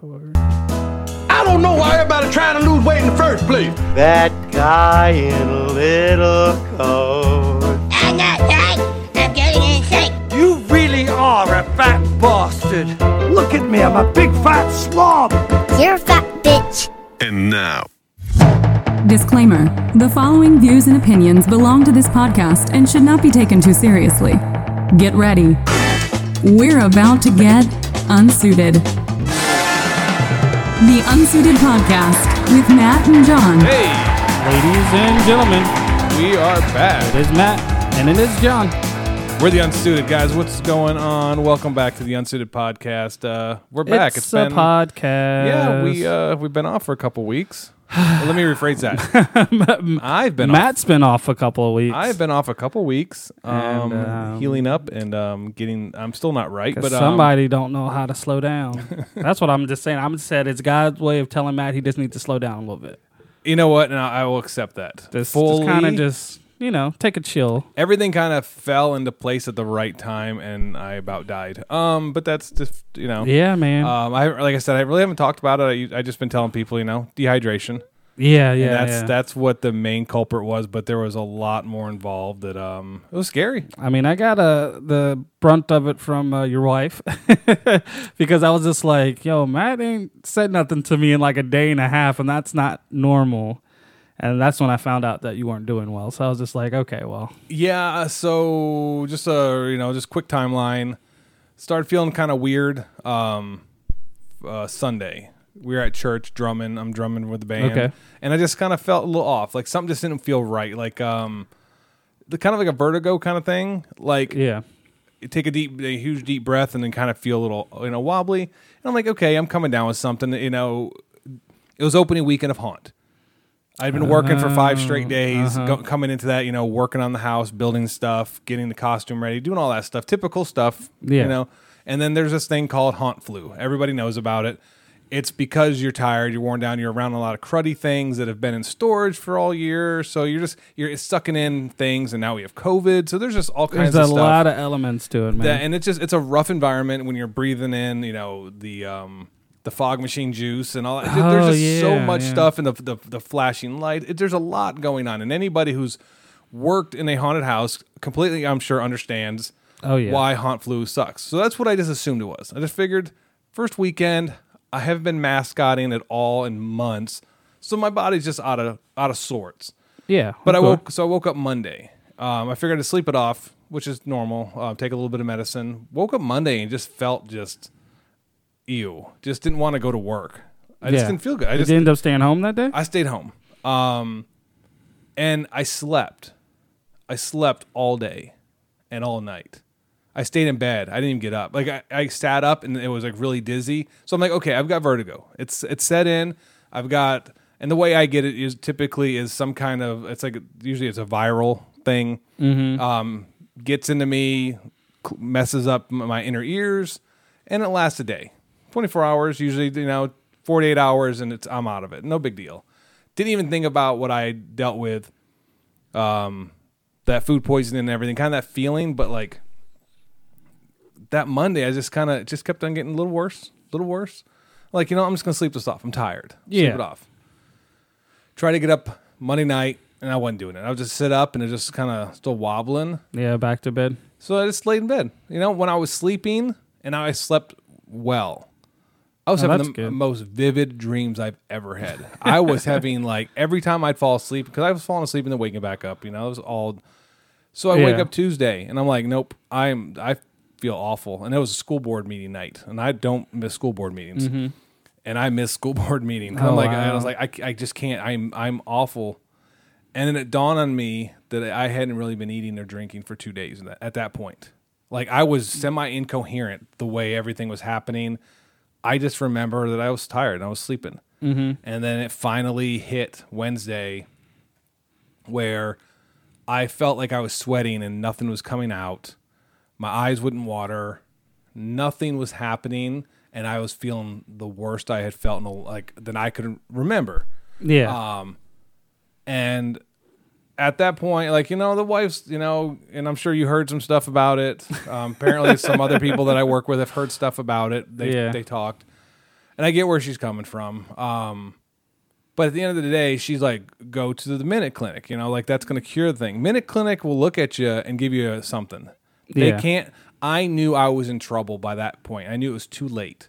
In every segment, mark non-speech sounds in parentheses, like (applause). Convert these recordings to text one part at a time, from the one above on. Word. I don't know why everybody trying to lose weight in the first place. That guy in a little coat. I'm not right. I'm getting insane. You really are a fat bastard. Look at me, I'm a big fat slob. You're a fat bitch. And now, Disclaimer The following views and opinions belong to this podcast and should not be taken too seriously. Get ready. We're about to get unsuited. The Unsuited Podcast with Matt and John. Hey, Ladies and gentlemen, we are it back. is Matt and it is John. We're the Unsuited guys. What's going on? Welcome back to the Unsuited podcast. Uh, we're back. It's, a podcast. yeah. We uh, we've been off for a couple weeks. Well, let me rephrase that. I've been off. Matt's been off a couple of weeks. I've been off a couple weeks, um, And, um, healing up and um, getting. I'm still not right, 'Cause but um, somebody don't know how to (laughs) slow down. That's what I'm just saying. I'm just saying it's God's way of telling Matt he just needs to slow down a little bit. you know what? And I, I will accept that. Just, Fully, just kind of just you know take a chill. everything kind of fell into place at the right time, and I about died. Um, but that's just you know. Yeah, man. Um, I like I said, I really haven't talked about it. I, I just been telling people, you know, dehydration. yeah, yeah. and that's yeah. that's what the main culprit was, but there was a lot more involved. That um, it was scary. I mean, I got uh, the brunt of it from uh, your wife (laughs) because I was just like, yo, Matt ain't said nothing to me in like a day and a half, and that's not normal. And that's when I found out that you weren't doing well. So I was just like, okay, well, Yeah. So just a you know just quick timeline. Started feeling kind of weird. Um, uh, Sunday we were at church drumming. I'm drumming with the band, Okay. and I just kind of felt a little off. Like something just didn't feel right. Like um, the kind of like a vertigo kind of thing. Like yeah. take a deep, a huge deep breath, and then kind of feel a little, you know, wobbly. And I'm like, okay, I'm coming down with something. You know, it was opening weekend of Haunt. I'd been working for five Oh, straight days, uh-huh. go, coming into that, you know, working on the house, building stuff, getting the costume ready, doing all that stuff, typical stuff, Yeah. you know. And then there's this thing called haunt flu. Everybody knows about it. It's because you're tired, you're worn down, you're around a lot of cruddy things that have been in storage for all year, so you're just you're sucking in things, and now we have COVID, so there's just all kinds There's a of stuff lot of elements to it, man. that, and it's just it's a rough environment when you're breathing in, you know, the um the fog machine juice and all that. There- Oh, there's just so yeah, much yeah. stuff and the, the the flashing light. It, there's a lot going on, and anybody who's worked in a haunted house completely, I'm sure, understands. Oh, yeah. why haunt flu sucks. So that's what I just assumed it was. I just figured first weekend I haven't been mascotting at all in months, so my body's just out of out of sorts. yeah. But I okay. woke, so I woke up Monday. Um, I figured to sleep it off, which is normal. Uh, take a little bit of medicine. Woke up Monday and just felt just ew. Just didn't want to go to work. I just Yeah. didn't feel good. I Did just you end up staying home that day? I stayed home. Um, and I slept. I slept all day and all night. I stayed in bed. I didn't even get up. Like I, I sat up and it was like really dizzy. So I'm like, okay, I've got vertigo. It's it's set in. I've got and the way I get it is typically is some kind of it's like usually it's a viral thing. Um, gets into me, cl- messes up m- my inner ears, and it lasts a day, 24 hours usually. You know, 48 hours, and it's I'm out of it. No big deal. Didn't even think about what I dealt with um, that food poisoning and everything, kind of that feeling. But like that Monday, I just kind of just kept on getting a little worse, a little worse. Like you know, I'm just gonna sleep this off. I'm tired. Sleep Yeah. it off. Try to get up Monday night, and I wasn't doing it. I would just sit up and it just kind of still wobbling. yeah, back to bed. So I just laid in bed. You know, when I was sleeping and I slept well. I was Oh, having that's the good. most vivid dreams I've ever had. I (laughs) was having like every time I'd fall asleep because I was falling asleep and then waking back up. You know, it was all. So I wake Yeah. up Tuesday and I'm like, nope, I'm I feel awful. And it was a school board meeting night, and I don't miss school board meetings, and I miss school (laughs) board meetings. I'm Oh, like, I wow. was like, I, I just can't. I'm I'm awful. And then it dawned on me that I hadn't really been eating or drinking for two days at- at that point. Like I was semi incoherent the way everything was happening. I just remember that I was tired and I was sleeping. Mm-hmm. And then it finally hit Wednesday where I felt like I was sweating and nothing was coming out. My eyes wouldn't water. Nothing was happening. And I was feeling the worst I had felt in a, like than I could remember Yeah. Ah. and at that point like you know the wife's you know and i'm sure you heard some stuff about it um, apparently some other people that i work with have heard stuff about it they, Yeah. they talked and I get where she's coming from. Um, but at the end of the day, she's like, go to the Minute Clinic. You know, like that's going to cure the thing. Minute Clinic will look at you and give you something. They Yeah. can't. I knew I was in trouble by that point. I knew it was too late.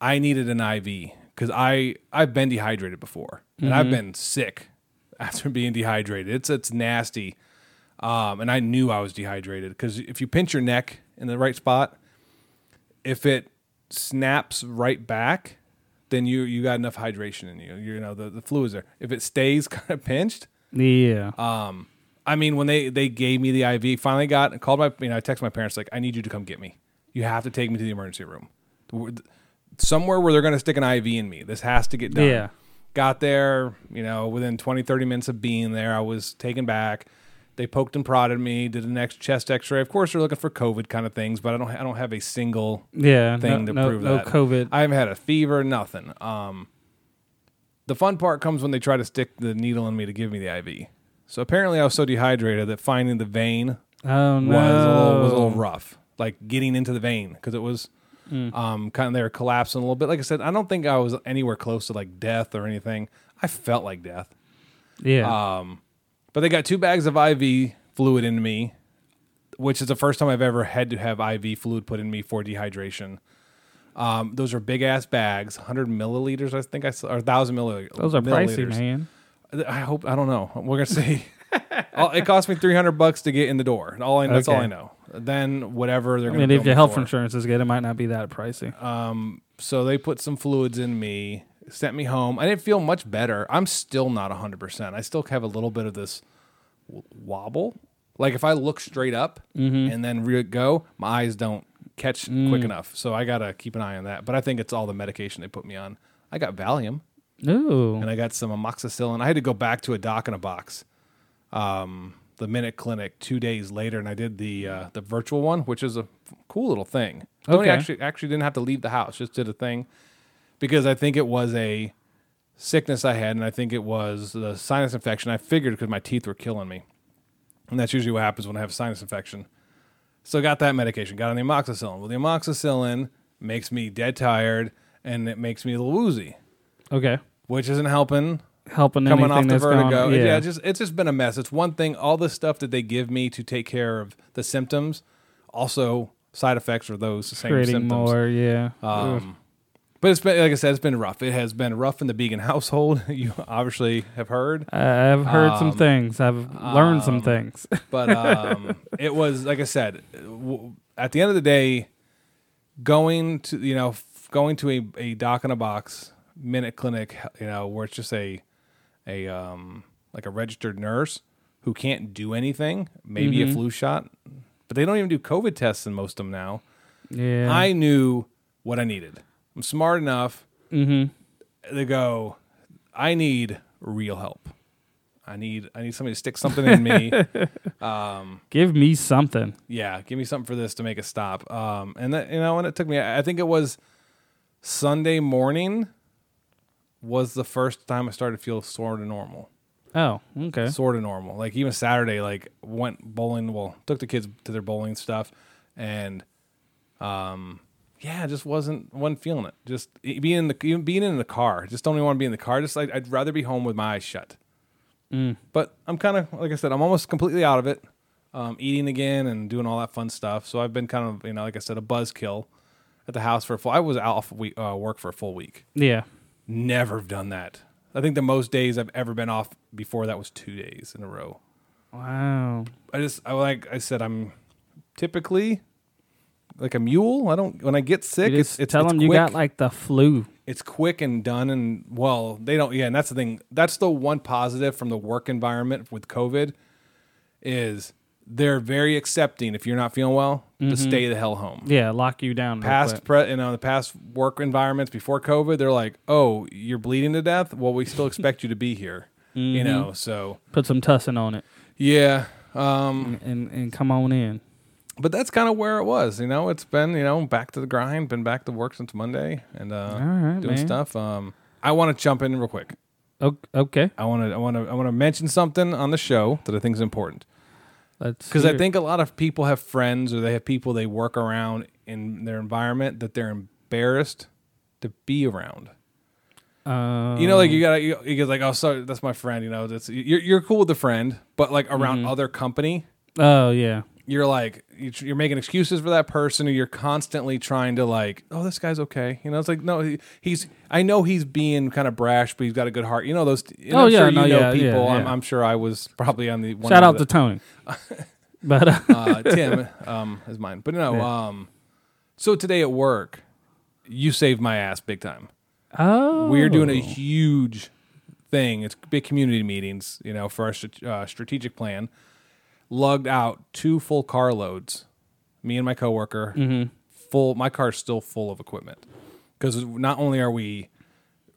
I needed an IV because I I've been dehydrated before and I've been sick (laughs) after being dehydrated. It's it's nasty, um, and I knew I was dehydrated because if you pinch your neck in the right spot, if it snaps right back, then you you got enough hydration in you. You know the the fluids there. If it stays (laughs) kind of pinched, Yeah. Ah, I mean, when they they gave me the IV, finally got called my. You know, I texted my parents like, I need you to come get me. You have to take me to the emergency room, somewhere where they're going to stick an IV in me. This has to get done. Yeah. Got there, you know, within 20, 30 minutes of being there, I was taken back. They poked and prodded me, did an next chest X-ray. Of course, they're looking for COVID kind of things, but I don't, I don't have a single yeah. thing no, to no, prove no that. COVID. I haven't had a fever, nothing. Um, the fun part comes when they try to stick the needle in me to give me the IV. So apparently, I was so dehydrated that finding the vein oh no. Mm. was, a little, was a little rough. Like getting into the vein because it was um, kind of they were collapsing a little bit. Like I said, I don't think I was anywhere close to like death or anything. I felt like death. yeah. ah, But they got two bags of IV fluid in me, which is the first time I've ever had to have IV fluid put in me for dehydration. Um, those are big ass bags, hundred milliliters, I think I saw, or thousand milliliters. Those are pricey, milliliters. man. I hope I don't know. We're gonna (laughs) see. All- it cost me three hundred bucks to get in the door. All I, that's all Okay. I know. Then whatever they're I gonna. mean, if bill your me health for. insurance is good, it might not be that pricey. So they put some fluids in me, sent me home. I didn't feel much better. I'm still not 100%. I still have a little bit of this w- wobble. Like if I look straight up and then re- go, my eyes don't catch quick enough. So I got to keep an eye on that. But I think it's all the medication they put me on. I got Valium Ooh. and I got some amoxicillin. I had to go back to a doc in a box, um, the Minute Clinic, two days later, and I did the uh, the virtual one, which is a f- cool little thing. I only Okay. actually actually didn't have to leave the house; just did a thing because I think it was a sickness I had, and I think it was the sinus infection. I figured because my teeth were killing me, and that's usually what happens when I have a sinus infection. So I got that medication, got on the amoxicillin. Well, the amoxicillin makes me dead tired, and it makes me a little woozy, Okay. which isn't helping Helping coming anything off the that's gone- vertigo. yeah, yeah. it's just it's just been a mess. It's one thing. All the stuff that they give me to take care of the symptoms, also side effects are those same creating symptoms. Um, more. Yeah. But it's been like I said, it's been rough. It has been rough in the vegan household. (laughs) you obviously have heard, I- I've heard um, some things. I've learned some things. (laughs) but um, it was like I said. w- At the end of the day, going to you know f- going to a, a doc in a box minute clinic you know where it's just a a um like a registered nurse who can't do anything maybe a flu shot but they don't even do covid tests in most of them now yeah. i knew what i needed i'm smart enough mm-hmm. to go i need real help i need i need somebody to stick something in me Give me something. yeah, give me something for this to make it stop. Um, and that, you know, and it took me. I think it was Sunday morning was the first time I started to feel sort of normal, Oh, okay. sort of normal. Like even Saturday, like went bowling. Well, took the kids to their bowling stuff, and um, yeah, just wasn't wasn't feeling it. Just e- being in the even being in the car. Just don't even want to be in the car. Just like I'd rather be home with my eyes shut. But I'm kind of like I said, I'm almost completely out of it. Um, eating again and doing all that fun stuff. So I've been kind of you know like I said a buzzkill at the house for a full. I was out of week, uh, work for a full week. yeah. Never have done that. I think the most days I've ever been off before that was two days in a row. Wow. I just I like I said I'm typically like a mule. I don't when I get sick, You it's, just it's tell it's them you quick. got like the flu. it's quick and done and well they don't yeah and that's the thing that's the one positive from the work environment with covid is they're very accepting if you're not feeling well to Mm-hmm. stay the hell home Yeah, lock you down. real past quick. pre you know the past work environments before covid they're like oh you're bleeding to death well we still expect you to be here Mm-hmm. you know so put some tussin on it yeah um and and come on in. but that's kind of where it was. You know, it's been you know back to the grind, been back to work since Monday, and uh, right, doing man. stuff. Um, I want to jump in real quick. O- Okay, I want to I want to I want to mention something on the show that I think is important let's because hear I it. think a lot of people have friends or they have people they work around in their environment that they're embarrassed to be around. Uh, you know, Um, like you gotta, you, you get like, oh, sorry, that's my friend. You know, that's you're you're cool with the friend, but like around Mm-hmm. other company, Oh yeah. you're like you tr- you're making excuses for that person or you're constantly trying to like oh this guy's okay you know it's like no he, he's i know he's being kind of brash but he's got a good heart you know those and Oh, i'm yeah, sure you no, know yeah, people yeah, I'm, yeah. I'm sure i was probably on the one Shout of out the, (laughs) to Tony. but (laughs) uh, uh, tim um is mine but no um so today at work you saved my ass big time oh, we're doing a huge thing. It's big community meetings, you know, for our strat- uh, strategic plan. Lugged out two full carloads. Me and my coworker. Mm-hmm. Full. My car's still full of equipment because not only are we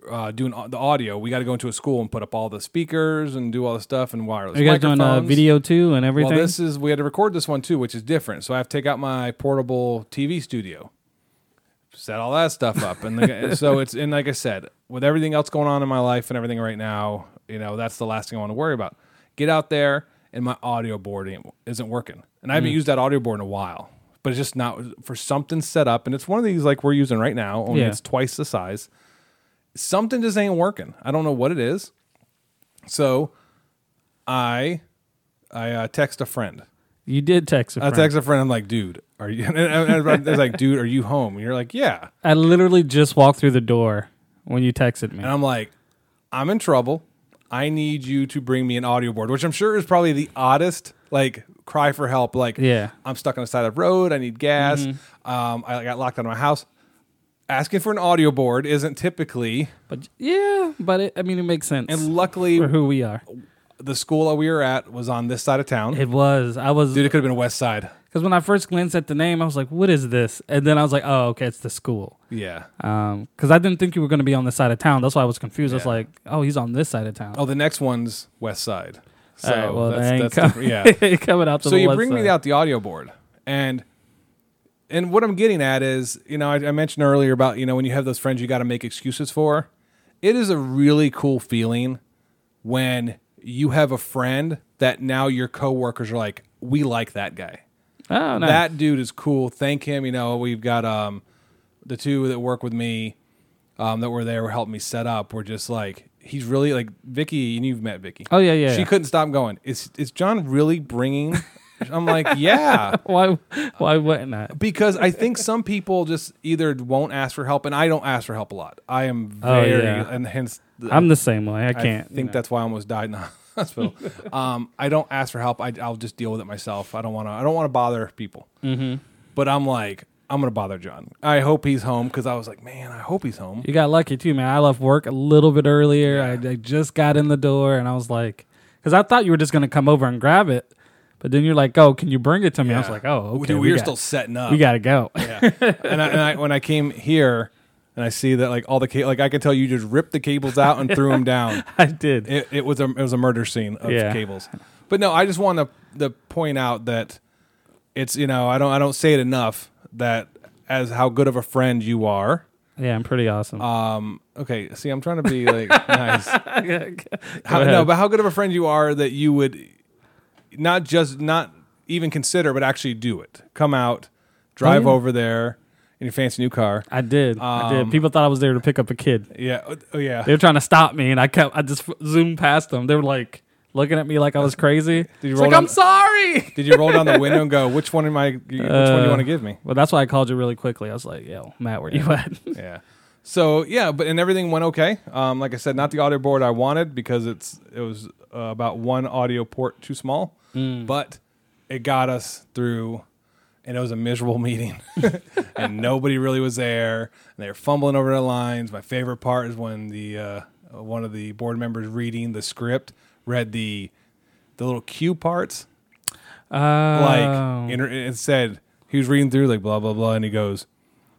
uh, doing au- the audio, we got to go into a school and put up all the speakers and do all the stuff and wireless. Are you guys doing a microphones. video too and everything? Well, this is we had to record this one too, which is different. So I have to take out my portable TV studio, set all that stuff up, and the, (laughs) so it's and like I said, with everything else going on in my life and everything right now, you know that's the last thing I want to worry about. Get out there, and my audio board ain't- isn't working, and I haven't Mm. used that audio board in a while. But it's just not for something set up, and it's one of these like we're using right now. Only Yeah. it's twice the size. Something just ain't working. I don't know what it is. So, I I uh, text a friend. you did text a I friend. text a friend. I'm like, dude, are you? (laughs) And I, I, I was like, dude, are you home? And you're like, yeah. I literally just walked through the door when you texted me. And I'm like, I'm in trouble. I need you to bring me an audio board, which I'm sure is probably the oddest like cry for help. Like, Yeah. Mm-hmm. I'm stuck on the side of the road. I need gas. Um, I got locked out of my house. Asking for an audio board isn't typically, But yeah, but it, I mean, it makes sense and luckily, for who we are. the school that we were at was on this side of town. It was. I was Dude, it could have been West Side. because when I first glanced at the name, I was like, "What is this?" And then I was like, "Oh, okay, it's the school." Yeah. Because I didn't think you were going to be on this side of town. That's why I was confused. I was Yeah. like, "Oh, he's on this side of town." Oh, the next one's West Side. So All right, well, (laughs) they ain't that's com- yeah. ain't coming out to so the you west bring side. me out the audio board and and what i'm getting at is you know I, I mentioned earlier about you know when you have those friends you got to make excuses for it is a really cool feeling when you have a friend that now your coworkers are like we like that guy Oh, nice. that dude is cool thank him you know we've got um the two that work with me um, that were there were helping me set up were just like he's really like vicky and you've met vicky Oh, yeah, yeah, she yeah. couldn't stop going is is john really bringing (laughs) i'm like yeah why? Why wouldn't I? because I think some people just either won't ask for help, and I don't ask for help a lot. I am very, Oh, yeah. and hence the, I'm the same way. I I can't. think that's why I almost died in the (laughs) hospital. um, I don't ask for help. I, I'll just deal with it myself. I don't want to. I don't want to bother people. Mm-hmm. But I'm like, I'm gonna bother John. I hope he's home because I was like, man, I hope he's home. You got lucky too, man. I left work a little bit earlier. I, I just got in the door and I was like, because I thought you were just going to come over and grab it. But then you're like, oh, can you bring it to me? I was like, oh, okay. Dude, we, are got- still setting up. We got to go. (laughs) and, I, and I, when I came here, and I see that like all the ca- like I can tell you just ripped the cables out and threw them down. I did. it, it was a it was a murder scene of Yeah. cables. But no, I just want to the point out that it's you know I don't I don't say it enough that as how good of a friend you are. yeah, I'm pretty awesome. uh, (laughs) Okay, see, I'm trying to be like nice. How, no, but how good of a friend you are that you would not just not even consider, but actually do it. Come out, Oh, drive over there in your fancy new car. I did. I um, did. People thought I was there to pick up a kid. Yeah, oh yeah. They were trying to stop me, and I kept. I just f- zoomed past them. They were like looking at me like I was crazy. you It's roll like down- I'm sorry. Uh, Did you roll down the window and (laughs) go, which one am I? Which one do you want to give me? Well, that's why I called you really quickly. I was like, "Yo, Matt, where you at?" (laughs) (laughs) Yeah. So yeah, but and everything went okay. Um, like I said, not the audio board I wanted because it's it was uh, about one audio port too small, but it got us through. And it was a miserable (laughs) meeting, and nobody really was there. And they were fumbling over their lines. My favorite part is when the uh, one of the board members reading the script read the the little cue parts Oh. Um, like inter- it said he was reading through like blah blah blah and he goes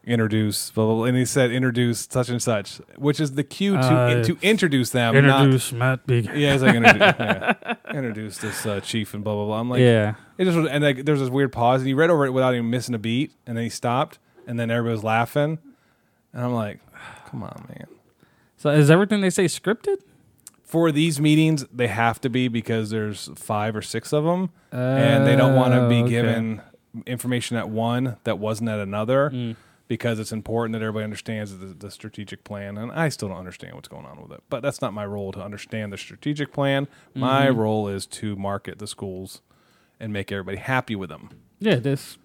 introduce blah blah, blah and he said introduce such and such which is the cue to in- to introduce them Uh, Introduce Matt Big. not, yeah it's like (laughs) introduce, yeah. introduce this uh, chief and blah blah blah I'm like Yeah. it just was, and like there's this weird pause and he read over it without even missing a beat and then he stopped and then everybody was laughing and I'm like (sighs) come on man So is everything they say scripted? for these meetings, they have to be because there's five or six of them, and they don't want to Oh, be okay. Mm. given information at one that wasn't at another. because it's important that everybody understands the, the strategic plan. And I still don't understand what's going on with it, but that's not my role to understand the strategic plan. My Mm-hmm. role is to market the schools and make everybody happy with them. Yeah, this.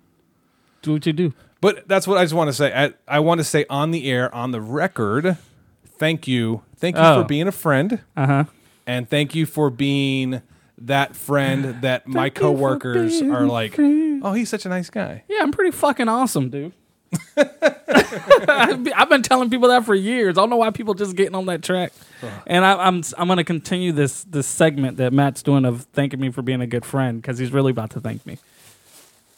Do what you do. But that's what I just want to say. I, I want to say on the air, on the record, thank you. Thank you Oh. Uh-huh. for being a friend. Uh huh. And thank you for being that friend that my coworkers are like, oh, he's such a nice guy. Yeah, I'm pretty fucking awesome, dude. (laughs) I've been- I've been telling people that for years. I don't know why people just getting on that track. And I, I'm I'm gonna continue this this segment that Matt's doing of thanking me for being a good friend because he's really about to thank me.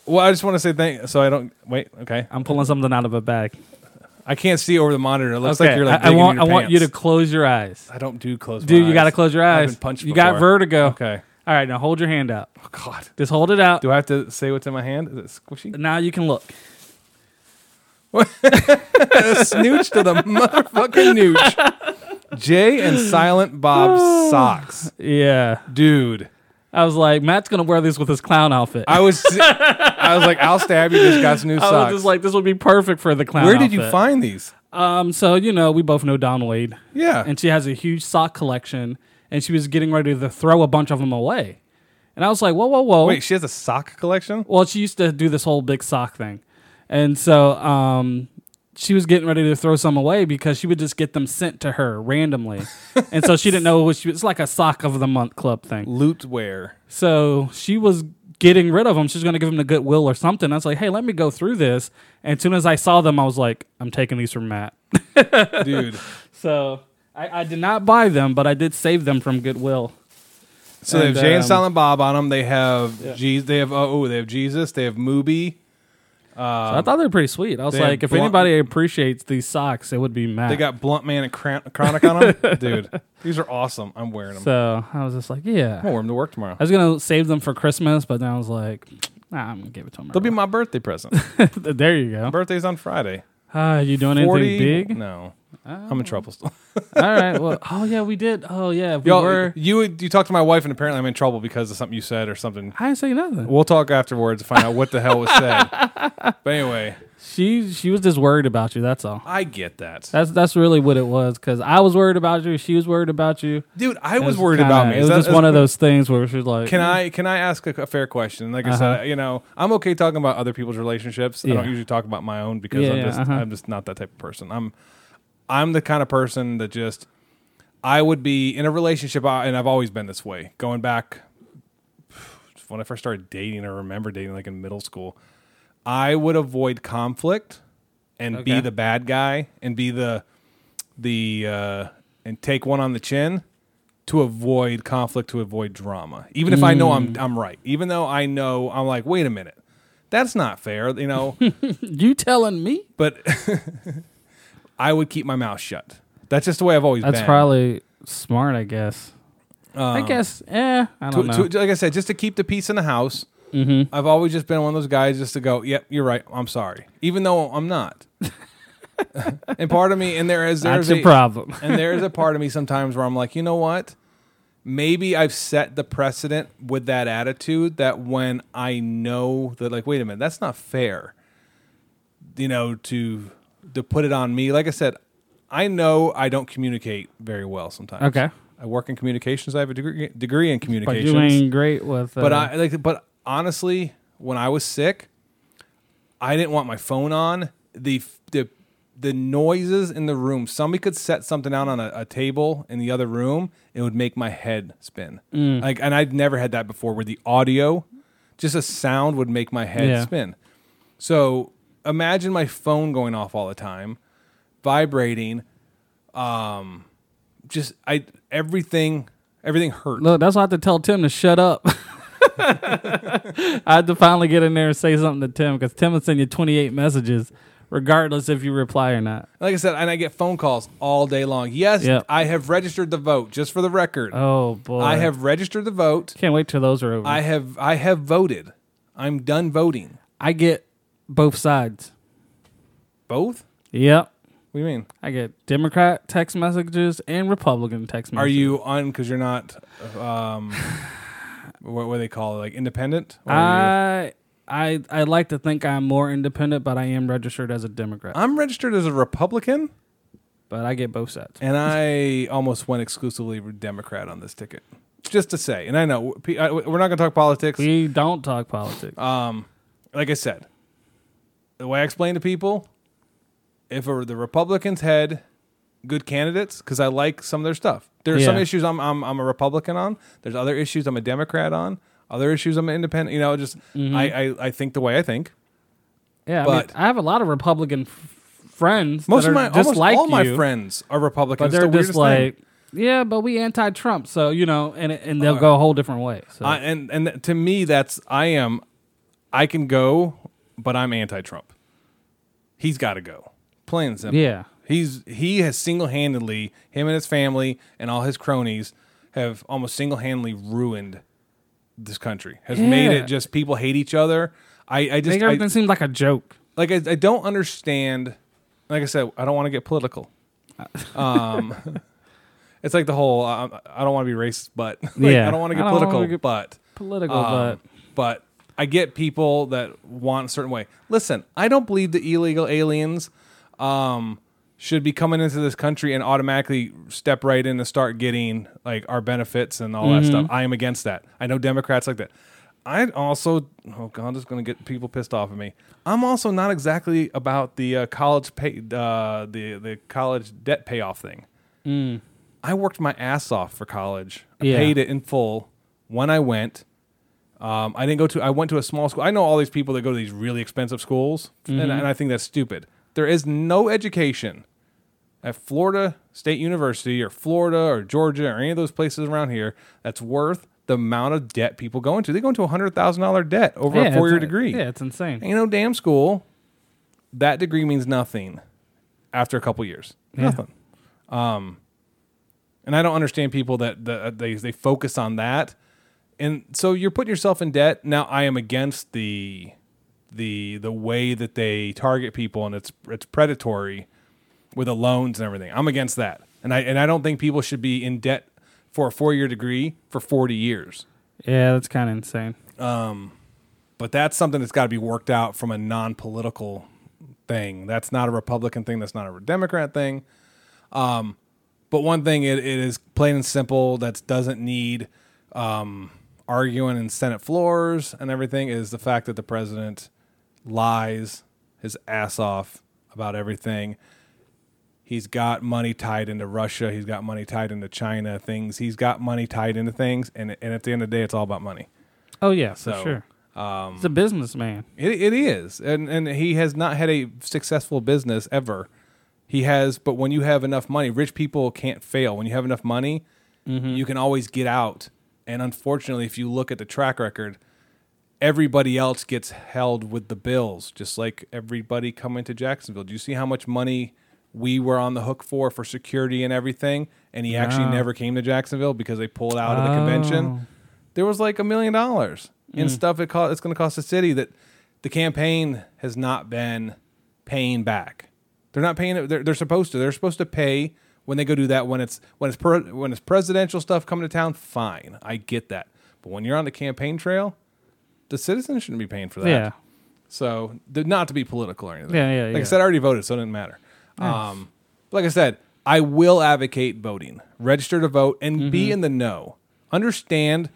Well, I just want to say thank. So I don't wait. Okay, I'm pulling something out of a bag. I can't see over the monitor. It looks Okay, like you're like. I, I digging in want your I want you to pants. close your eyes, I don't do close. my dude. You eyes. got to close your I've eyes. been punched you got before. vertigo. Okay. All right, now hold your hand out. Oh God. Just hold it out. Do I have to say what's in my hand? Is it squishy? now you can look. (laughs) snooch to the motherfucking nooch. Jay and Silent (sighs) Bob's socks. Yeah, Dude. I was like, Matt's gonna wear this with his clown outfit. I was I was like, I'll stab you, just got some new (laughs) I was socks. just like, this would be perfect for the clown. Where did you outfit. find these? Um, so you know, we both know Don Wade. Yeah. and she has a huge sock collection, and she was getting ready to throw a bunch of them away, and I was like, whoa, whoa, whoa! Wait, she has a sock collection? well, she used to do this whole big sock thing, and so um, she was getting ready to throw some away because she would just get them sent to (laughs) her randomly, and so she didn't know what she. It's like a sock of the month club thing. Loot wear. So she was getting rid of them. She was going to give them to Goodwill or something. I was like, hey, let me go through this. And as soon as I saw them, I was like, I'm taking these from Matt. (laughs) Dude. So I, I did not buy them, but I did save them from Goodwill. So they have And, Jay and um, Silent Bob on them. They have Jesus. They have oh, they have Jesus. They have Mubi. So I thought they were pretty sweet. I was they had like, if blunt- anybody appreciates these socks, it would be Matt. (laughs) They got Blunt Man and Chron- Chronic on them. Dude, these are awesome. I'm wearing them. so I was just like, yeah. I'm gonna wear them to work tomorrow. I was gonna save them for Christmas, but then I was like, nah, I'm gonna give it to them. They'll be my birthday present. (laughs) there you go. Birthday's on Friday. Uh, you doing Forty. Oh. (laughs) anything big? No, I'm in trouble (laughs) still. All right. Well, oh yeah, we did. Oh yeah, we Yo, were. you you talked to my wife and apparently I'm in trouble because of something you said or something. I didn't say nothing. We'll talk afterwards to find out what the hell was (laughs) said. But anyway, She she was just worried about you. That's all. I get that, That's that's really what it was. Because I was worried about you. She was worried about you. dude. I was, It worried kinda- about me. It Is was that- just is- one of those things where she was like, Can I can I ask a, a fair question? Like I said, you know, I'm okay talking about other people's relationships. I Uh-huh. Yeah. don't usually talk about my own because Yeah, I'm yeah, just uh-huh. I'm just not that type of person. I'm I'm the kind of person that just I would be in a relationship, I- and I've always been this way. Going back (sighs) when I first started dating, I remember dating like in middle school. I would avoid conflict and be Okay. the bad guy and be the the uh, and take one on the chin to avoid conflict, to avoid drama. Even if I know I'm Mm. I'm right, even though I know I'm like, wait a minute, that's not fair, you know. You telling me? but (laughs) I would keep my mouth shut. That's just the way I've always That's been. probably smart, I guess. I guess, eh, I Um, To- don't know. to- like I said, just to keep the peace in the house. Mm-hmm. I've always just been one of those guys just to go, yep, you're right. I'm sorry, even though I'm not. (laughs) and part of me, and there is there's That's (laughs) a problem. and there is a part of me sometimes where I'm like, you know what? Maybe I've set the precedent with that attitude that when I know that, like, wait a minute, that's not fair. You know, to to put it on me. Like I said, I know I don't communicate very well sometimes. Okay. I work in communications. I have a degree, degree in But communications. you ain't great with. Uh, But I like, but honestly, when I was sick, I didn't want my phone on. The the the noises in the room. Somebody could set something out on a, a table in the other room. It would make my head spin. Like, and I'd never had that before, where the audio, just a sound, would make my head Yeah. spin. So imagine my phone going off all the time, vibrating. Um, just I everything everything hurt. look, that's why I had to tell Tim to shut up. (laughs) I had to finally get in there and say something to Tim because Tim would send you 28 messages, regardless if you reply or not. Like I said, and I get phone calls all day long. Yes, Yep. I have registered the vote, just for the record. Oh boy, I have registered the vote. Can't wait till those are over. I I, have I have voted. I'm done voting. I get both sides. Both? Yep, What do you mean? I get Democrat text messages and Republican text messages. Are you on because you're (laughs) Uh, not um what, what do they call it? Like independent? Or are you- I I I like to think I'm more independent, but I am registered as a Democrat. I'm registered as a Republican, but I get both sides. and I almost went exclusively Democrat on this ticket, just to say. And I know P- I- we're not going to talk politics. We don't talk politics. Uh, like I said, the way I explain to people, if it were the Republicans had good candidates, because I like some of their stuff. There are some Yeah. issues I'm, I'm I'm a Republican on. There's other issues I'm a Democrat on. Other issues I'm an independent. You know, just Mm-hmm. I, I I think the way I think. yeah, I, mean, but- I have a lot of Republican f- friends. Most that of are my just almost like all my you, friends are but Republicans. they're It's the just weirdest thing. like, yeah, but we anti-Trump, so you know, and and they'll go a whole different way. So Uh, I, and and th- to me, that's I am. I can go, but I'm anti-Trump. He's got to go. Plain and simple. Yeah. He's he has single-handedly him and his family and all his cronies have almost single-handedly ruined this country. Has made Yeah. it just people hate each other. I I just make everything I, seem like a joke. like I, I don't understand. Like I said, I don't want to get political. (laughs) Um, it's like the whole um, I don't want to be racist, but like, Yeah. I don't want to I get don't wanna political, get but Political, um, but I get people that want a certain way. Listen, I don't believe that illegal aliens um, should be coming into this country and automatically step right in and start getting like our benefits and all that stuff. I am against that. I know Democrats like that. I also, oh god, I'm just gonna get people pissed off at me. I'm also not exactly about the uh, college pay, uh, the the college debt payoff thing. I worked my ass off for college. I Yeah. paid it in full when I went. Um, I didn't go to. I went to a small school. I know all these people that go to these really expensive schools, and, and I think that's stupid. There is no education at Florida State University or Florida or Georgia or any of those places around here that's worth the amount of debt people go into. They go into a hundred thousand dollar debt over but yeah, a four year it's- degree. Yeah, it's insane. And you know, damn school, that degree means nothing after a couple years. Nothing. Um, and I don't understand people that, that they they focus on that, and so you're putting yourself in debt. Now I am against the the the way that they target people, and it's it's predatory with the loans and everything. I'm against that, and I and I don't think people should be in debt for a four year degree for forty years. Yeah, that's kind of insane. but that's something that's got to be worked out from a non-political thing. That's not a Republican thing. That's not a Democrat thing. Um, but one thing it, it is plain and simple that doesn't need um, arguing in Senate floors and everything is the fact that the president lies his ass off about everything. He's got money tied into Russia. He's got money tied into China. Things. He's got money tied into things. And and at the end of the day, it's all about money. Oh yeah, So, for sure. Um, He's a businessman. It, it is, and and he has not had a successful business ever. He has, but when you have enough money, rich people can't fail. When you have enough money, you can always get out. And unfortunately, if you look at the track record, everybody else gets held with the bills, just like everybody coming to Jacksonville. Do you see how much money we were on the hook for for security and everything? And he actually never came to Jacksonville because they pulled out of the convention. There was like a million dollars in stuff it co- it's going to cost the city that the campaign has not been paying back. They're not paying it. They're, they're supposed to. They're supposed to pay when they go do that. When it's when it's per, when it's presidential stuff coming to town. Fine, I get that. But when you're on the campaign trail, the citizens shouldn't be paying for that. Yeah. So th- not to be political or anything. Yeah, yeah, Like I yeah. said, I already voted, so it didn't matter. Um, like I said, I will advocate voting, register to vote, and be Mm-hmm. in the know. Understand.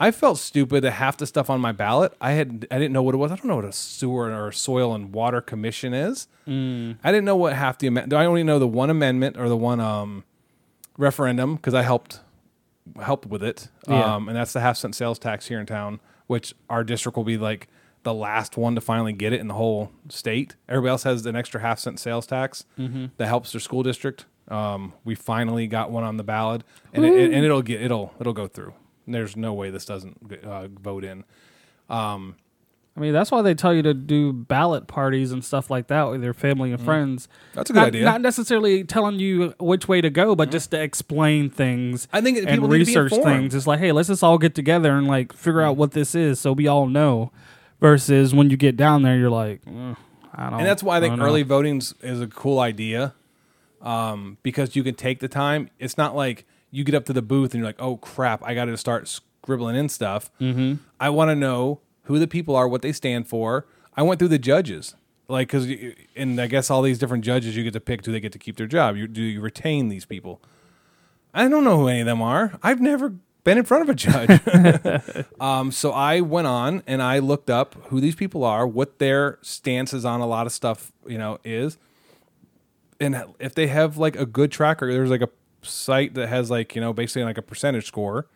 I felt stupid that half the stuff on my ballot I had I didn't know what it was. I don't know what a sewer or soil and water commission is. Mm. I didn't know what half the amendment. I only know the one amendment or the one um, referendum because I helped helped with it. Yeah. Um, and that's the half cent sales tax here in town, which our district will be like the last one to finally get it in the whole state. Everybody else has an extra half cent sales tax that helps their school district. Um, we finally got one on the ballot, and it, and it'll get it'll it'll go through. There's no way this doesn't get, uh, vote in. I mean, that's why they tell you to do ballot parties and stuff like that with your family and friends. Mm. That's a good not, idea. Mm-hmm. Not necessarily telling you which way to go, but just to explain things. I think that and people need to be research informed. Mm. things. It's like, hey, let's just all get together and like figure out what this is, so we all know. Versus when you get down there, you're like, "Ugh, I don't. and that's why I think don't know." early voting is a cool idea, um, because you can take the time. It's not like you get up to the booth and you're like, "Oh crap, I got to start scribbling in stuff." Mm-hmm. I want to know who the people are, what they stand for. I went through the judges, like because, and I guess all these different judges you get to pick. Do they get to keep their job? You, do you retain these people? I don't know who any of them are. I've never been in front of a judge. um, so I went on and I looked up who these people are, what their stances on a lot of stuff, you know, is, and if they have like a good tracker. There's like a site that has like you know basically like a percentage score.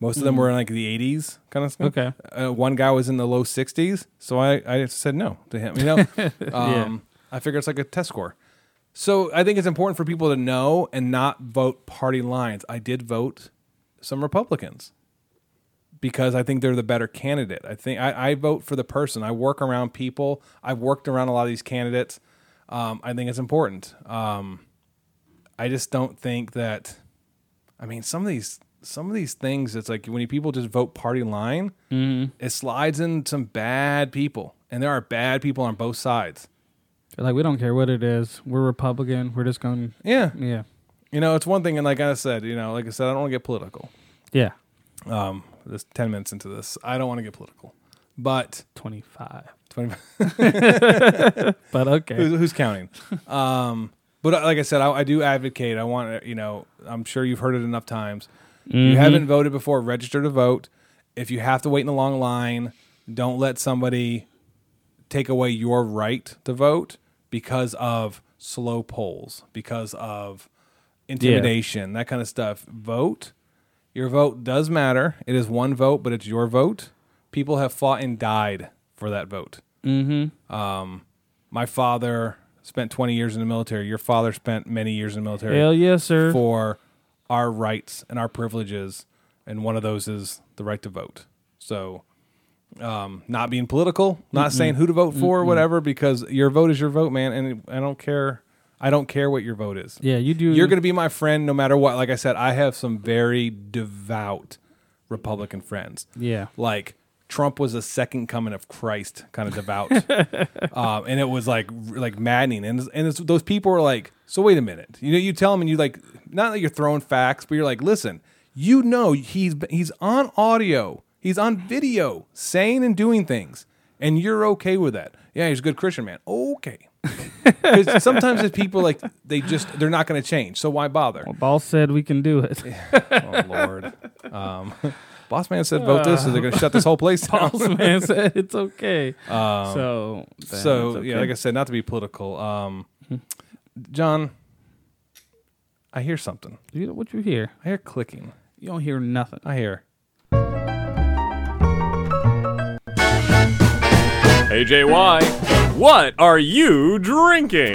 Most of them were in like the 80s kind of stuff. Okay. Uh, one guy was in the low 60s, so I I just said no to him. You know, um, I figure it's like a test score. So I think it's important for people to know and not vote party lines. I did vote some Republicans because I think they're the better candidate. I think I, I vote for the person. I work around people. I've worked around a lot of these candidates. Um, I think it's important. Um, I just don't think that. I mean, some of these some of these things. It's like when people just vote party line, it slides in some bad people, and there are bad people on both sides. They're like, we don't care what it is. We're Republican. We're just going. Yeah, Yeah. you know, it's one thing, and like I said, you know, like I said, I don't want to get political. Yeah. Um, this ten minutes into this, I don't want to get political, but 25. 20, But okay. who's, who's counting? Um, but uh, like I said, I, I do advocate. I want to, you know, I'm sure you've heard it enough times. If you haven't voted before, register to vote. If you have to wait in a long line, don't let somebody take away your right to vote because of slow polls, because of intimidation, that kind of stuff. Vote. Your vote does matter. It is one vote, but it's your vote. People have fought and died for that vote my father spent 20 years in the military. Your father spent many years in the military Hell yes, sir. for our rights and our privileges. And one of those is the right to vote. So, um, not being political, not saying who to vote for or whatever, because your vote is your vote, man. And I don't care. I don't care what your vote is. Yeah, you do. You're going to be my friend no matter what. Like I said, I have some very devout Republican friends Yeah. like Trump was a second coming of Christ, kind of devout, (laughs) um, and it was like like maddening. And and it's, those people were like, so wait a minute, you know, you tell them and you like not that you're throwing facts, but you're like, listen, you know, he's he's on audio, he's on video, saying and doing things, and you're okay with that. Yeah, he's a good Christian man. (laughs) Okay. 'Cause sometimes it's people like they just they're not going to change, so why bother? Ball said we can do it. Oh Lord, um, (laughs) boss man said vote this, or they're going to shut this whole place down. Ball's (laughs) (laughs) man said it's okay. so then Um, so it's okay. yeah, like I said, not to be political. Um, Hmm. John, I hear something. You know what you hear? I hear clicking. You don't hear nothing. I hear. AJY, what are you drinking?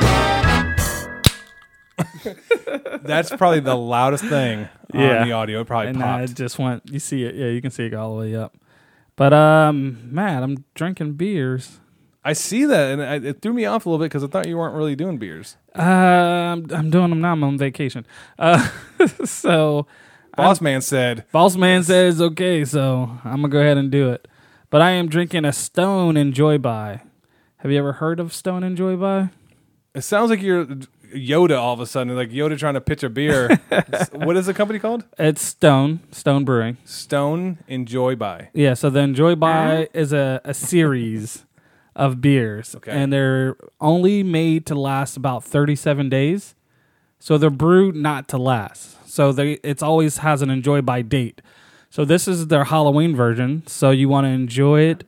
That's probably the loudest (laughs) thing Yeah. on the audio. It probably and I popped. just went. You see it? Yeah, you can see it go all the way up. But um, Matt, I'm drinking beers. I see that, and I, it threw me off a little bit because I thought you weren't really doing beers. Uh, I'm, I'm doing them now. I'm on vacation. Uh, (laughs) so Boss man said, Boss man says okay, so I'm gonna go ahead and do it. But I am drinking a Stone Enjoy By. Have you ever heard of Stone Enjoy By? "It sounds like you're Yoda all of a sudden, like Yoda trying to pitch a (laughs) beer." S- what is the company called? It's Stone Stone Brewing. Stone Enjoy By. Yeah, so the Enjoy By is a, a series of beers, Okay. and they're only made to last about 37 days. So they're brewed not to last. So they it's always has an Enjoy By date. So this is their Halloween version. So you want to enjoy it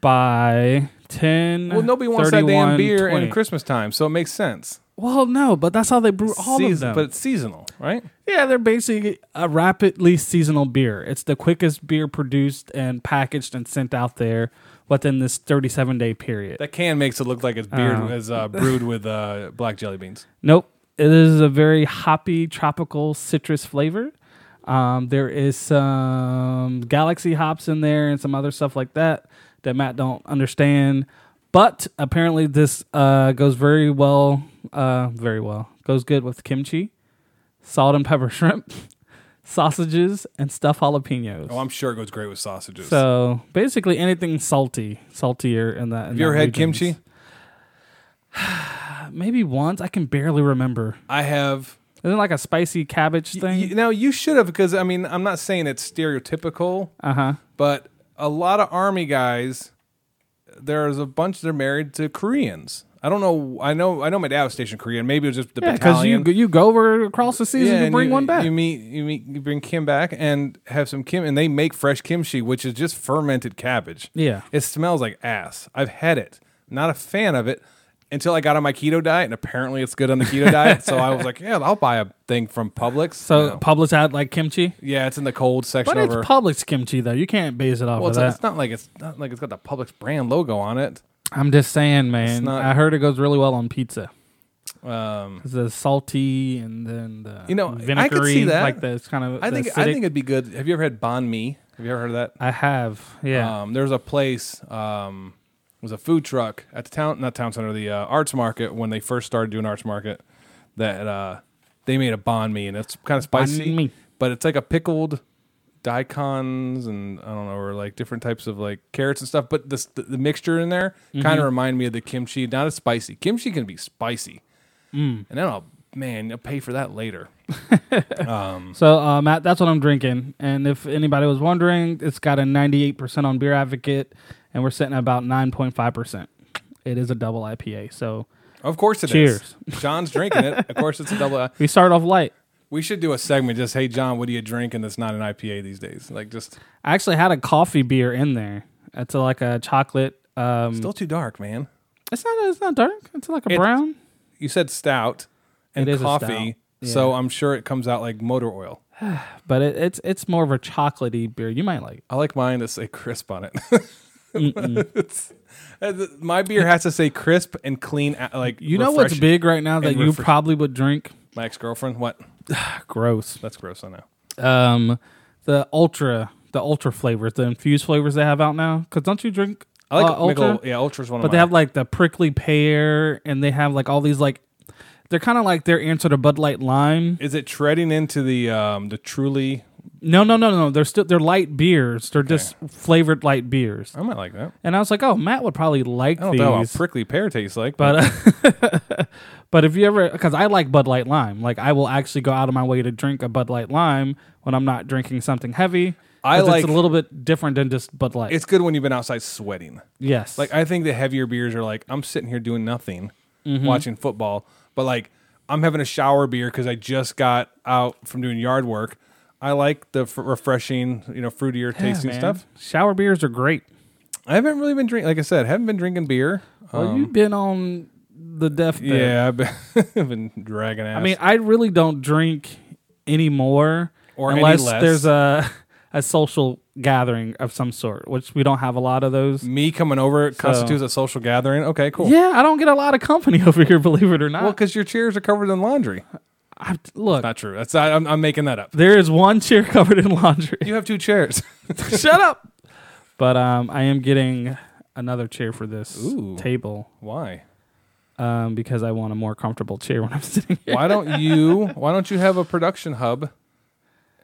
by 10. Well, nobody wants that damn 31, beer in 20. Christmas time, so it makes sense. Well, no, but that's how they brew all Seas- of them. but it's seasonal, right? Yeah, they're basically a rapidly seasonal beer. It's the quickest beer produced and packaged and sent out there within this 37 day period. That can makes it look like it's beer Oh. is uh, brewed with uh, black jelly beans. Nope. It is a very hoppy, tropical, citrus flavor. Um, there is some galaxy hops in there and some other stuff like that that Matt don't understand. But apparently, this uh, goes very well. Uh, very well goes good with kimchi, salt and pepper (laughs) shrimp, sausages, and stuffed jalapenos. Oh, I'm sure it goes great with sausages. so basically, anything salty, saltier in that. Uh, Have you ever had kimchi? Maybe once. I can barely remember. I have. Isn't it like a spicy cabbage thing? You, now you should have because I Uh-huh. mean I'm not saying it's stereotypical, Uh huh. but a lot of army guys there's a bunch that are married to Koreans. I don't know. I know. I know my dad was stationed in Korea. and Maybe it was just the Yeah, because battalion. you you go over across the seas and you and bring one back. You meet, you meet, you bring Kim back and have some Kim, and they make fresh kimchi, which is just fermented cabbage. Yeah. it smells like ass. I've had it. Not a fan of it until I got on my keto diet, and apparently it's good on the keto diet. So I was like, (laughs) yeah, I'll buy a thing from Publix. so No. Publix had like kimchi, yeah, it's in the cold section but over. it's Publix kimchi though. You can't base it off well, of it's, that. it's not like it's not like it's got the Publix brand logo on it. I'm just saying, man. not- I heheard it goes really well on pizza. Um, It's the salty and then the You know, I could see vinegary, that. like the it's kind of. I the think I acidic- think it'd be good. Have you ever had banh mi? Have you ever heard of that? I have. Yeah, Um, there's a place. Um, it was a food truck at the town, not town center, the uh, arts market when they first started doing arts market. That uh, they made a banh mi, and it's kind of spicy, mi. but it's like a pickled daikons and I don't know, or like different types of like carrots and stuff. But this, the, the mixture in there Mm-hmm. kind of remind me of the kimchi. Not as spicy. Kimchi can be spicy, Mm. and then I'll man, I'll pay for that later. So, uh, Matt, that's what I'm drinking. And if anybody was wondering, it's got a 98% on Beer Advocate, and we're sitting at about 9.5%. It is a double IPA. So, Of course it is. Cheers. John's drinking it. Of course it's a double. uh, we start off light. We should do a segment just, hey, John, what do you drink? And that's not an IPA these days. Like, just I actually had a coffee beer in there. It's a, like a chocolate. Um, still too dark, man. it's not. It's not dark. It's like a brown. You said stout and It is a coffee. stout. So I'm sure it comes out like motor oil. but it, it's it's more of a chocolatey beer. You might like it. I like mine to say crisp on it. (laughs) It's- my beer has to say crisp and clean. uh, Like You know what's refreshing. big right now that and you refresh- probably would drink? My ex girlfriend. What? Gross. That's gross. I know. Um, the ultra, the ultra flavors, the infused flavors they have out now. Because don't you drink? I like uh, ultra. Michelob- Yeah, ultra's one of But mine. they have like the prickly pear, and they have like all these like they're kind of like their answer to Bud Light Lime. Is it treading into the um the truly? No, no, no, no. They're still they're light beers. They're just flavored light beers. I might like that. And I was like, oh, Matt would probably like I don't these. know how prickly pear tastes like, but but (laughs) if you ever because I like Bud Light Lime, like I will actually go out of my way to drink a Bud Light Lime when I'm not drinking something heavy. I 'cause like- it's a little bit different than just Bud Light. it's good when you've been outside sweating. yes, Like I think the heavier beers are like I'm sitting here doing nothing, Mm-hmm. watching football, but like I'm having a shower beer because I just got out from doing yard work. I like the f- refreshing, you know, fruitier Yeah, tasting man. stuff. Shower beers are great. I haven't really been drinking, like I said, haven't been drinking beer. Well, you've been on the deathbed. Um, yeah, I've been, (laughs) I've been dragging ass. I mean, I really don't drink anymore, Or any unless less. there's a a social gathering of some sort, which we don't have a lot of those. me coming over constitutes a social gathering. Okay, cool. Yeah, I don't get a lot of company (laughs) over here, believe it or not. Well, because your chairs are covered in laundry. I, look, Not true. That's I, I'm, I'm making that up. there is one chair (laughs) covered in laundry. (laughs) You have two chairs. (laughs) Shut up. But um, I am getting another chair for this Ooh. table Why? um, because I want a more comfortable chair when I'm (laughs) sitting here. why don't you why don't you have a production hub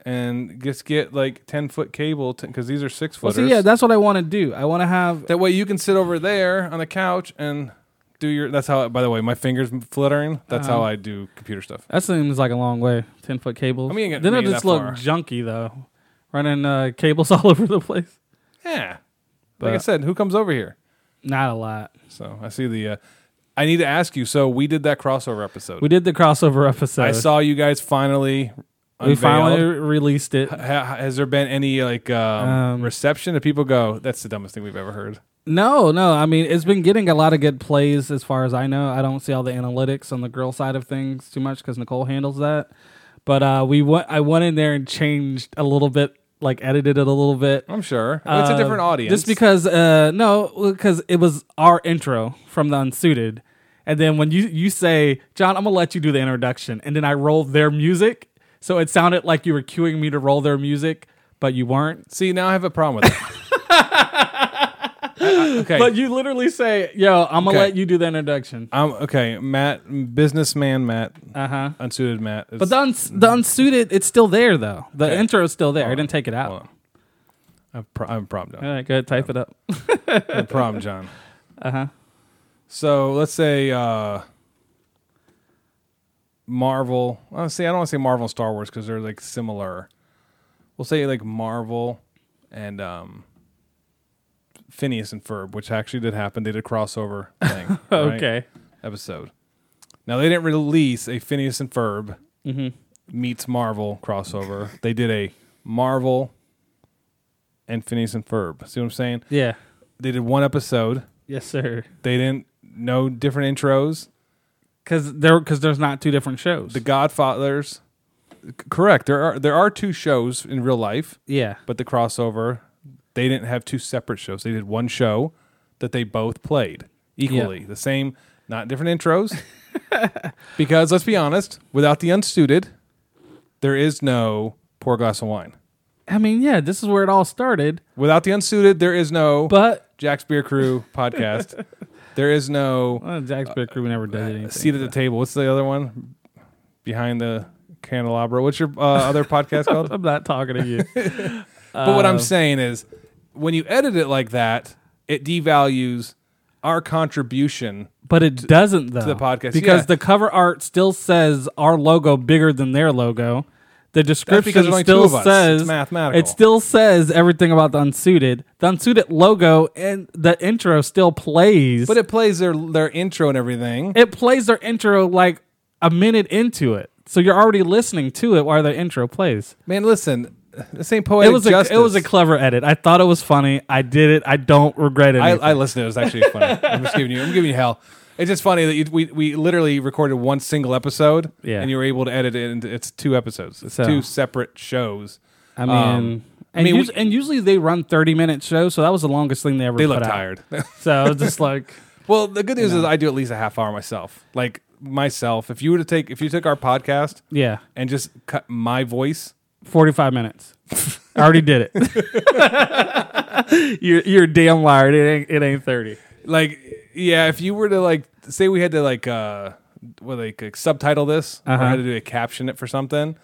and just get like 10 foot cable because these are six Well, footers see, yeah, that's what I want to do. I want to have. that way you can sit over there on the couch and do your that's how by the way my fingers fluttering that's how Uh-huh. i do computer stuff That seems like a long way. Ten foot cables. I mean, you ain't then gotta it be just that look far. junky though, running uh, cables (laughs) all over the place. yeah like i But- said who comes over here Not a lot. so i see the uh, i need to ask you so we did that crossover episode We did the crossover episode. i saw you guys finally We unveiled. finally released (laughs) it. Ha- has there been any like um, Um, reception that people go that's the dumbest thing we've ever heard No, no. I mean, it's been getting a lot of good plays as far as I know. I don't see all the analytics on the girl side of things too much because Nicole handles that. But uh, we went. I went in there and changed a little bit, like edited it a little bit. i'm sure it's a Uh, different audience Just because, uh, no, because it was our intro from the Unsuited, and then when you you say, John, I'm gonna let you do the introduction, and then I rolled their music, so it sounded like you were cueing me to roll their music, but you weren't. See, now I have a problem (laughs) with it. I- I- okay. But you literally say, Yo, I'm gonna Okay. let you do the introduction. I'm Um, okay, Matt, businessman Matt, Uh huh. unsuited Matt. But the, uns- the unsuited, it's still there though. The Mm. Okay. intro is still there. I didn't take it Hold out. on. I have, pro- I have a problem, John. All right, go ahead, type it up. I have a problem, John. Uh huh. So let's say uh, Marvel. Well, see, I don't want to say Marvel and Star Wars because they're like similar. We'll say like Marvel and um, Phineas and Ferb, which actually did happen. They did a crossover thing. right? Okay. Episode. Now they didn't release a Phineas and Ferb meets Marvel crossover. they did a Marvel and Phineas and Ferb. See what I'm saying? Yeah. They did one episode. Yes, sir. They didn't no different intros. Because there, because there's not two different shows. The Godfathers. C- Correct. There are there are two shows in real life. yeah. but the crossover they didn't have two separate shows they did one show that they both played equally the same not different intros (laughs) because let's be honest without the unsuited there is no pour a glass of wine I mean, yeah, this is where it all started. without the unsuited there is no But jack's beer crew podcast there is no uh, Jack's Beer Crew never did anything. seat at the table what's the other one behind the candelabra what's your uh, (laughs) other podcast called I'm not talking (laughs) to you. But what I'm saying is, when you edit it like that, it devalues our contribution. But it doesn't though. the podcast, because yeah. the cover art still says our logo bigger than their logo. The description there's only still two of us. says It's mathematical. It still says everything about the unsuited. The unsuited logo and the intro still plays. But it plays their their intro and everything. it plays their intro like a minute into it. So you're already listening to it while their intro plays. Man, listen, this ain't poetic It was a, justice. it was a clever edit. I thought it was funny. I did it. I don't regret it. I, I listened. It was actually (laughs) funny. I'm just giving you. I'm giving you hell. It's just funny that you, we we literally recorded one single episode, Yeah. and you were able to edit it. into It's two episodes. It's So- two separate shows. Um, I mean, and, mean, us- we- and usually they run 30 minute shows, so that was the longest thing they ever They put look out. tired. (laughs) So I was (laughs) just like, Well, the good news is I do at least a half hour myself. Like myself, if you were to take if you took our podcast yeah, and just cut my voice, 45 minutes. I already did it. (laughs) you're, you're a damn liar. It ain't, it ain't 30. like yeah, if you were to like say we had to like uh well like, like subtitle this or Uh-huh. had to do a caption it for something,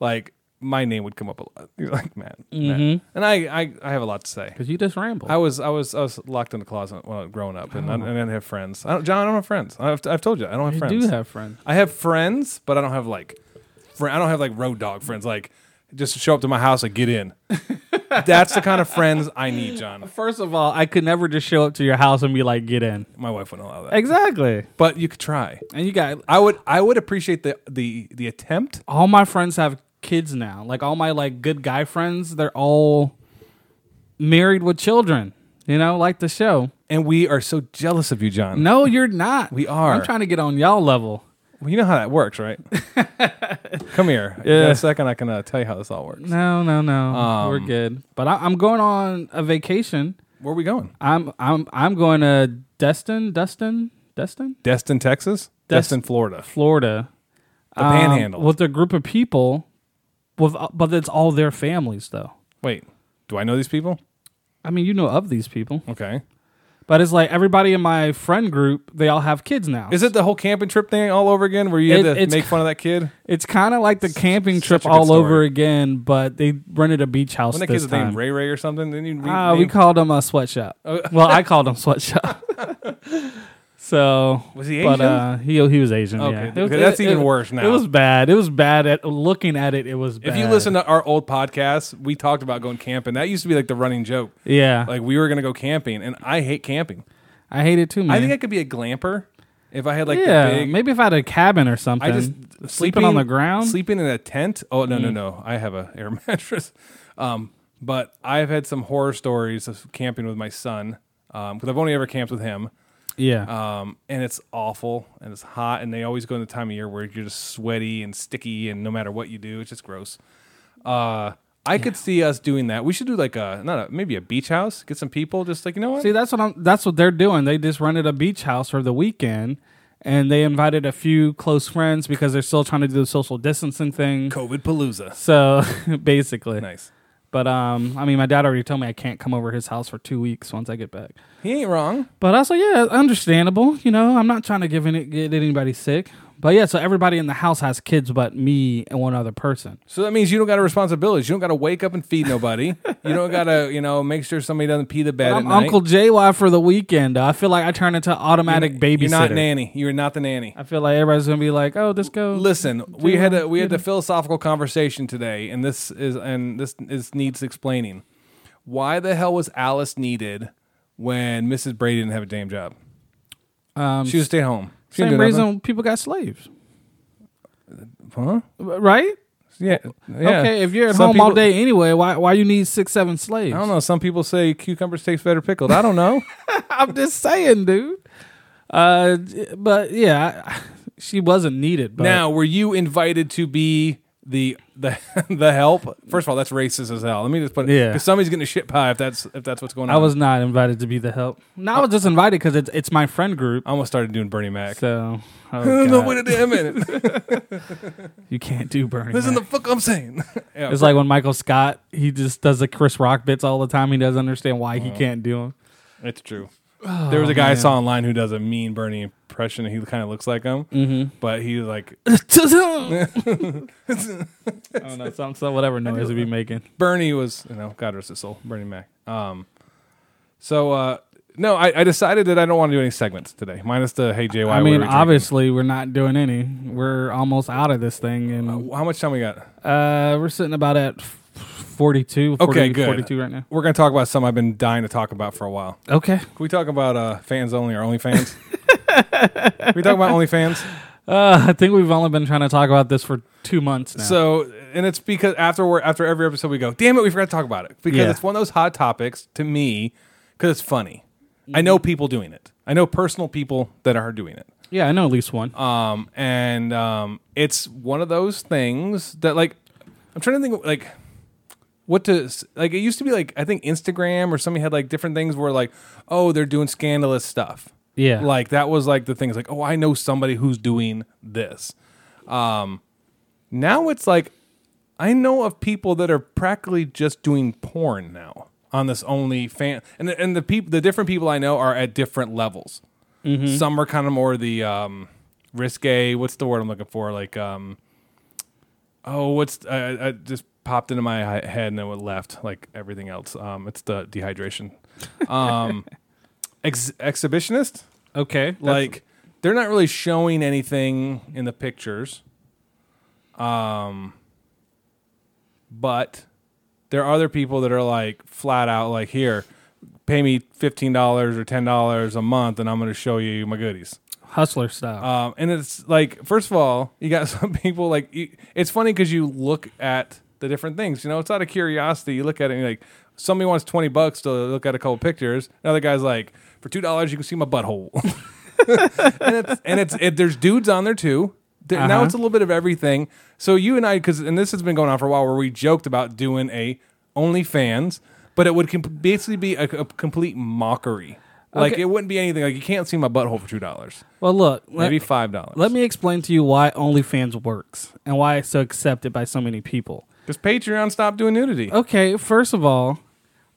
like my name would come up a lot. (laughs) You're like Matt, Matt. Mm-hmm. and I, I I have a lot to say. Because you just ramble. I was I was I was locked in the closet when I was growing up, Oh. and I, and I didn't have friends. I don't, John, I don't have friends. I've, I've told you I don't have friends. do have friends. I have friends, but I don't have like, fr- I don't have like road dog friends. Like, just show up to my house and get (laughs) in. That's the kind of friends I need, John. First of all, I could never just show up to your house and be like, get in. My wife wouldn't allow that, Exactly. but you could try. And you got I would I would appreciate the the the attempt. all my friends have kids now. Like all my like good guy friends, they're all married with children, you know, like the show. And we are so jealous of you, John. No, you're not. We are. I'm trying to get on y'all level. Well, you know how that works, (laughs) right? Come here. In Yeah. a second, I can uh, tell you how this all works. No, no, no. We're Um, good. But I, I'm going on a vacation. Where are we going? I'm I'm I'm going to Destin, Destin, Destin, Destin, Texas. Destin, Florida. Florida. The um, Panhandle. with a group of people. With uh, but it's all their families though. Wait, do I know these people? I mean, you know of these people, Okay. but it's like everybody in my friend group. They all have kids now. Is it the whole camping trip thing all over again, where you had It- to it's make ki- fun of that kid? It's kind of like the camping such trip a good all over story. again, but they rented a beach house When that this kid's time. named Ray Ray or something, then you re- Ah, we name- called him a sweatshop. Oh. (laughs) well, I called him sweatshop. so Was he But Asian? uh, he he was Asian. Okay, yeah. okay, that's even worse now. It was bad. It was bad at looking at it. It was. bad. If you listen to our old podcast, we talked about going camping. That used to be like the running joke. yeah, Like we were going to go camping, and I hate camping. I hate it too, man. I think I could be a glamper if I had like yeah, the big. maybe if I had a cabin or something, I just sleeping, on the ground. Mm. sleeping in a tent. Oh no, no, no! I have a air (laughs) mattress. Um, but I've had some horror stories of camping with my son because I've only ever camped with him. yeah, um, and it's awful and it's hot and they always go in the time of year where you're just sweaty and sticky and no matter what you do it's just gross uh, i could see us doing that we should do like a not a maybe a beach house get some people just like you know what See, that's what I'm. That's what they're doing. They just rented a beach house for the weekend, and they invited a few close friends because they're still trying to do the social distancing thing. covid palooza So (laughs) basically, nice But um, I mean, my dad already told me I can't come over to his house for two weeks once I get back. he ain't wrong But also, yeah, understandable. You know, I'm not trying to give any, get anybody sick. But yeah, so everybody in the house has kids, but me and one other person. so that means you don't got a responsibility you don't got to wake up and feed nobody you don't got to you know make sure somebody doesn't pee the bed at I'm night. Uncle JY for the weekend. I feel like I turn into automatic babysitter. you're not nanny you're not the nanny I feel like everybody's gonna be like, "Oh, this goes." Listen, we had a we had a philosophical conversation today, and this is and this is needs explaining. Why the hell was Alice needed when Mrs. Brady didn't have a damn job. she was stay home. She didn't Um, Same do reason nothing. people got slaves, huh? right? Yeah, yeah. Okay, if you're at Some home all people- day anyway, why why you need six seven slaves? I don't know. Some people say cucumber steaks better pickled. I (laughs) don't know. I'm just saying, dude. Uh, but yeah, I- she wasn't needed. But now, were you invited to be the the (laughs) the help? First of all, that's racist as hell. Let me just put it. Yeah. Because somebody's getting a shit pie if that's if that's what's going on. I was not invited to be the help. No, I was just invited because it's it's my friend group. I almost started doing Bernie Mac. So oh, no, God. wait a damn (laughs) minute. you can't do Bernie. Listen Mac. the fuck I'm saying. (laughs) Yeah, It's like when Michael Scott he just does the Chris Rock bits all the time. He doesn't understand why Uh-huh. he can't (laughs) do them. It's true. there was a guy I saw online who does a mean Bernie impression. and He kind of looks like him, Mm-hmm. but he like (laughs) I don't know some, some whatever noise he'd be making. Bernie was you know God rest his soul, Bernie Mac. Um, so uh, no, I, I decided that I don't want to do any segments today, minus the Hey JY. I what mean, are we obviously we're not doing any. We're almost out of this thing, and drinking? how much time we got? uh, we're sitting about at f- 42, 40, Okay, good. 42 right now. We're gonna talk about something I've been dying to talk about for a while. Okay. Can we talk about uh, fans only or (laughs) OnlyFans? Can we talk about OnlyFans? Uh, I think we've only been trying to talk about this for two months now. So, and it's because after we're, after every episode, we go, damn it, we forgot to talk about it because Yeah. it's one of those hot topics to me because it's funny. I know people doing it. I know personal people that are doing it. yeah, I know at least one. Um, and um, it's one of those things that like I'm trying to think like what to like. It used to be like I think Instagram or somebody had like different things where like oh they're doing scandalous stuff. Yeah. like that was like the things like oh I know somebody who's doing this. Um, now it's like I know of people that are practically just doing porn now on this only fan and the, and the people the different people I know are at different levels. Some are kind of more the um, risque. What's the word I'm looking for? Like, um, oh, what's I, I- I just popped into my he- head and then it left. Like everything else, um, it's the dehydration. Um, ex- exhibitionist. okay. that's- Like they're not really showing anything in the pictures. Um, but there are other people that are like flat out like here, pay me fifteen dollars or ten dollars a month, and I'm going to show you my goodies. hustler style. Um, and it's like, first of all, you got (laughs) some people like you, it's funny because you look at the different things. You know, it's out of curiosity. You look at it and you're like, somebody wants twenty bucks to look at a couple pictures. Another guy's like, for two dollars, you can see my butthole. (laughs) and it's and it's it, there's dudes on there too. There- Now it's a little bit of everything. So you and I, because and this has been going on for a while, where we joked about doing a OnlyFans, but it would com- basically be a, a complete mockery. Like Okay. it wouldn't be anything. Like you can't see my butthole for two dollars. well, look, let, Maybe five dollars. let me explain to you why OnlyFans works and why it's so accepted by so many people. Does Patreon stop doing nudity? Okay, first of all,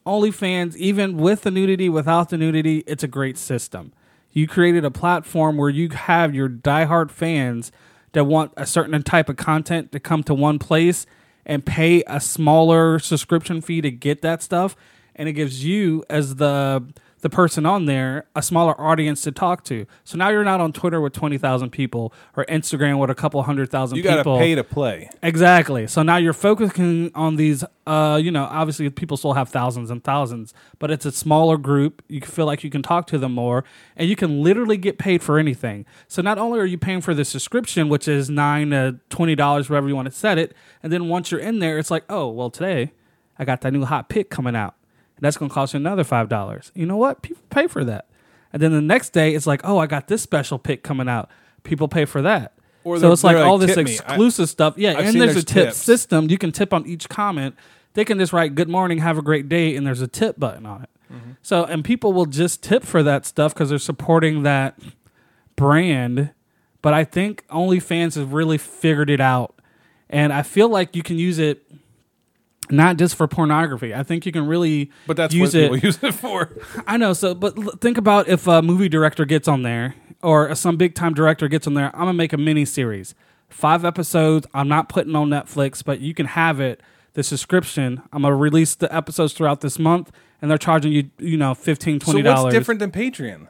OnlyFans, even with the nudity, without the nudity, it's a great system. You created a platform where you have your diehard fans that want a certain type of content to come to one place and pay a smaller subscription fee to get that stuff, and it gives you as the the person on there a smaller audience to talk to. So now you're not on Twitter with twenty thousand people or Instagram with a couple hundred thousand. You gotta people. pay to play. Exactly. So now you're focusing on these. Uh, you know, obviously people still have thousands and thousands, but it's a smaller group. You feel like you can talk to them more, and you can literally get paid for anything. So not only are you paying for the subscription, which is nine to twenty dollars, wherever you want to set it, and then once you're in there, it's like, oh well, today I got that new hot pick coming out. And that's going to cost you another five dollars. You know what? People pay for that. And then the next day, it's like, oh, I got this special pick coming out. People pay for that. Or so they're- it's like they're like, all this "Tip me." I- exclusive stuff. Yeah, I've seen and there's, there's a tip tips. system. You can tip on each comment. They can just write "Good morning, have a great day," and there's a tip button on it. Mm-hmm. So, and people will just tip for that stuff because they're supporting that brand. But I think OnlyFans has really figured it out, and I feel like you can use it not just for pornography. I think you can really But that's use what it. people (laughs) use it for. I know. So, but l- think about if a movie director gets on there, or some big time director gets on there. I'm gonna make a mini series, five episodes. I'm not putting on Netflix, but you can have it. The subscription. I'm gonna release the episodes throughout this month, and they're charging you, you know, 15 So twenty dollars. Um, what's different than Patreon?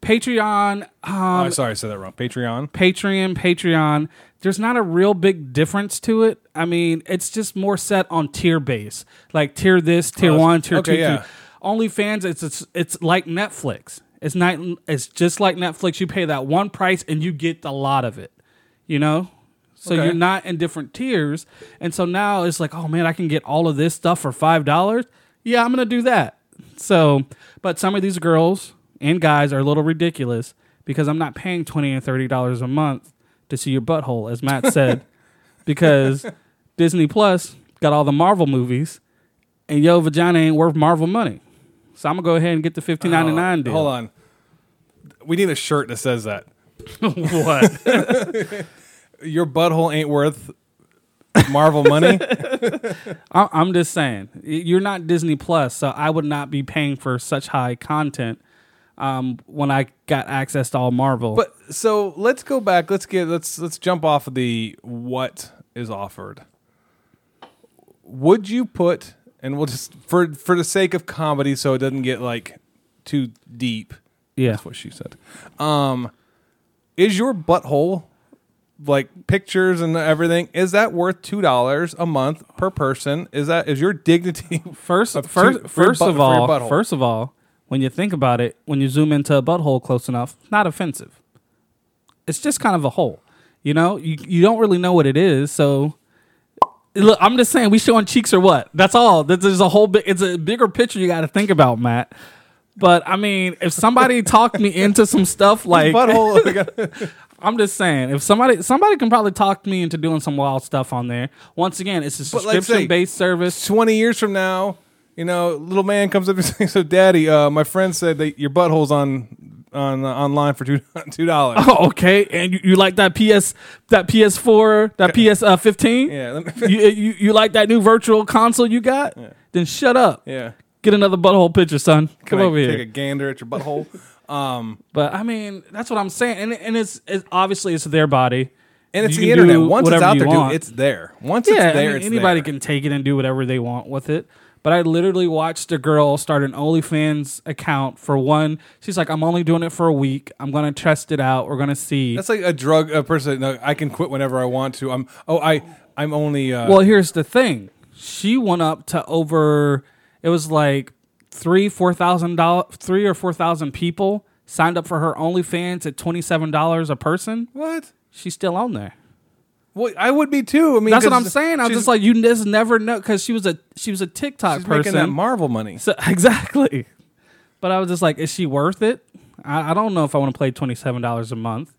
Patreon, Oh, I'm sorry, I said that wrong. Patreon. Patreon, Patreon. There's not a real big difference to it. I mean, it's just more set on tier base, like tier this, tier one, tier Oh, okay, two. yeah. tier- OnlyFans, it's it's it's like Netflix. It's not. It's just like Netflix. You pay that one price and you get a lot of it. You know. So Okay. you're not in different tiers, and so now it's like, oh man, I can get all of this stuff for five dollars. Yeah, I'm gonna do that. So, but some of these girls and guys are a little ridiculous because I'm not paying twenty and thirty dollars a month to see your butthole, (laughs) as Matt said, because Disney Plus got all the Marvel movies, and yo vagina ain't worth Marvel money. So I'm gonna go ahead and get the fifteen ninety nine deal. Oh, Hold on. We need a shirt that says that. (laughs) what? (laughs) Your butthole ain't worth Marvel (laughs) money. I- I'm just saying y- you're not Disney Plus, so I would not be paying for such high content um, when I got access to all Marvel. but so let's go back. Let's get let's let's jump off of the what is offered. Would you put and we'll just for for the sake of comedy so it doesn't get like too deep. yeah, That's what she said. Um is your butthole like pictures and everything is that worth two dollars a month per person is that is your dignity (laughs) First, of two- first, for your first butt- of for your all, butthole. first of all, when you think about it, when you zoom into a butthole close enough, not offensive. It's just kind of a hole, you know. You you don't really know what it is, so look. I'm just saying, we showing cheeks or what? That's all. This is a whole bit. It's a bigger picture you got to think about, Matt. But I mean, if (laughs) somebody talked me into some stuff like butthole I'm just saying, if somebody somebody can probably talk me into doing some wild stuff on there. Once again, it's a But like, say- subscription based service. 20 years from now, you know, little man comes up and says, "So, Daddy, uh, my friend said that your butthole's on on uh, online for two (laughs) two dollars." (laughs) Oh, okay. And you, you like that PS that PS4 that PS uh, 15? Yeah, let me- (laughs) you, you you like that new virtual console you got? Then shut up. yeah. Get another butthole picture, son. Can Come I over take here. a gander at your (laughs) butthole. um, but I mean, that's what I'm saying. And and it's, it's obviously it's their body. and it's You the can do internet. Once it's whatever out you there, dude, want. it's there. Once yeah, it's there, I mean, it's anybody there. can take it and do whatever they want with it. But I literally watched a girl start an OnlyFans account for one. She's like, I'm only doing it for a week. I'm gonna test it out. We're gonna see. That's like a drug. A person. No, I can quit whenever I want to. I'm. Oh, I. I'm only. Uh, Well, here's the thing. She went up to over. It was like three, four thousand dollars, three or four thousand people signed up for her OnlyFans at twenty seven dollars a person. what? She's still on there. Well, I would be too. I mean, That's what 'cause I'm saying. I'm she's- just like you just never know because she was a she was a TikTok she's making person. that Marvel (laughs) money. so, exactly. But I was just like, is she worth it? I, I don't know if I want to play twenty seven dollars a month.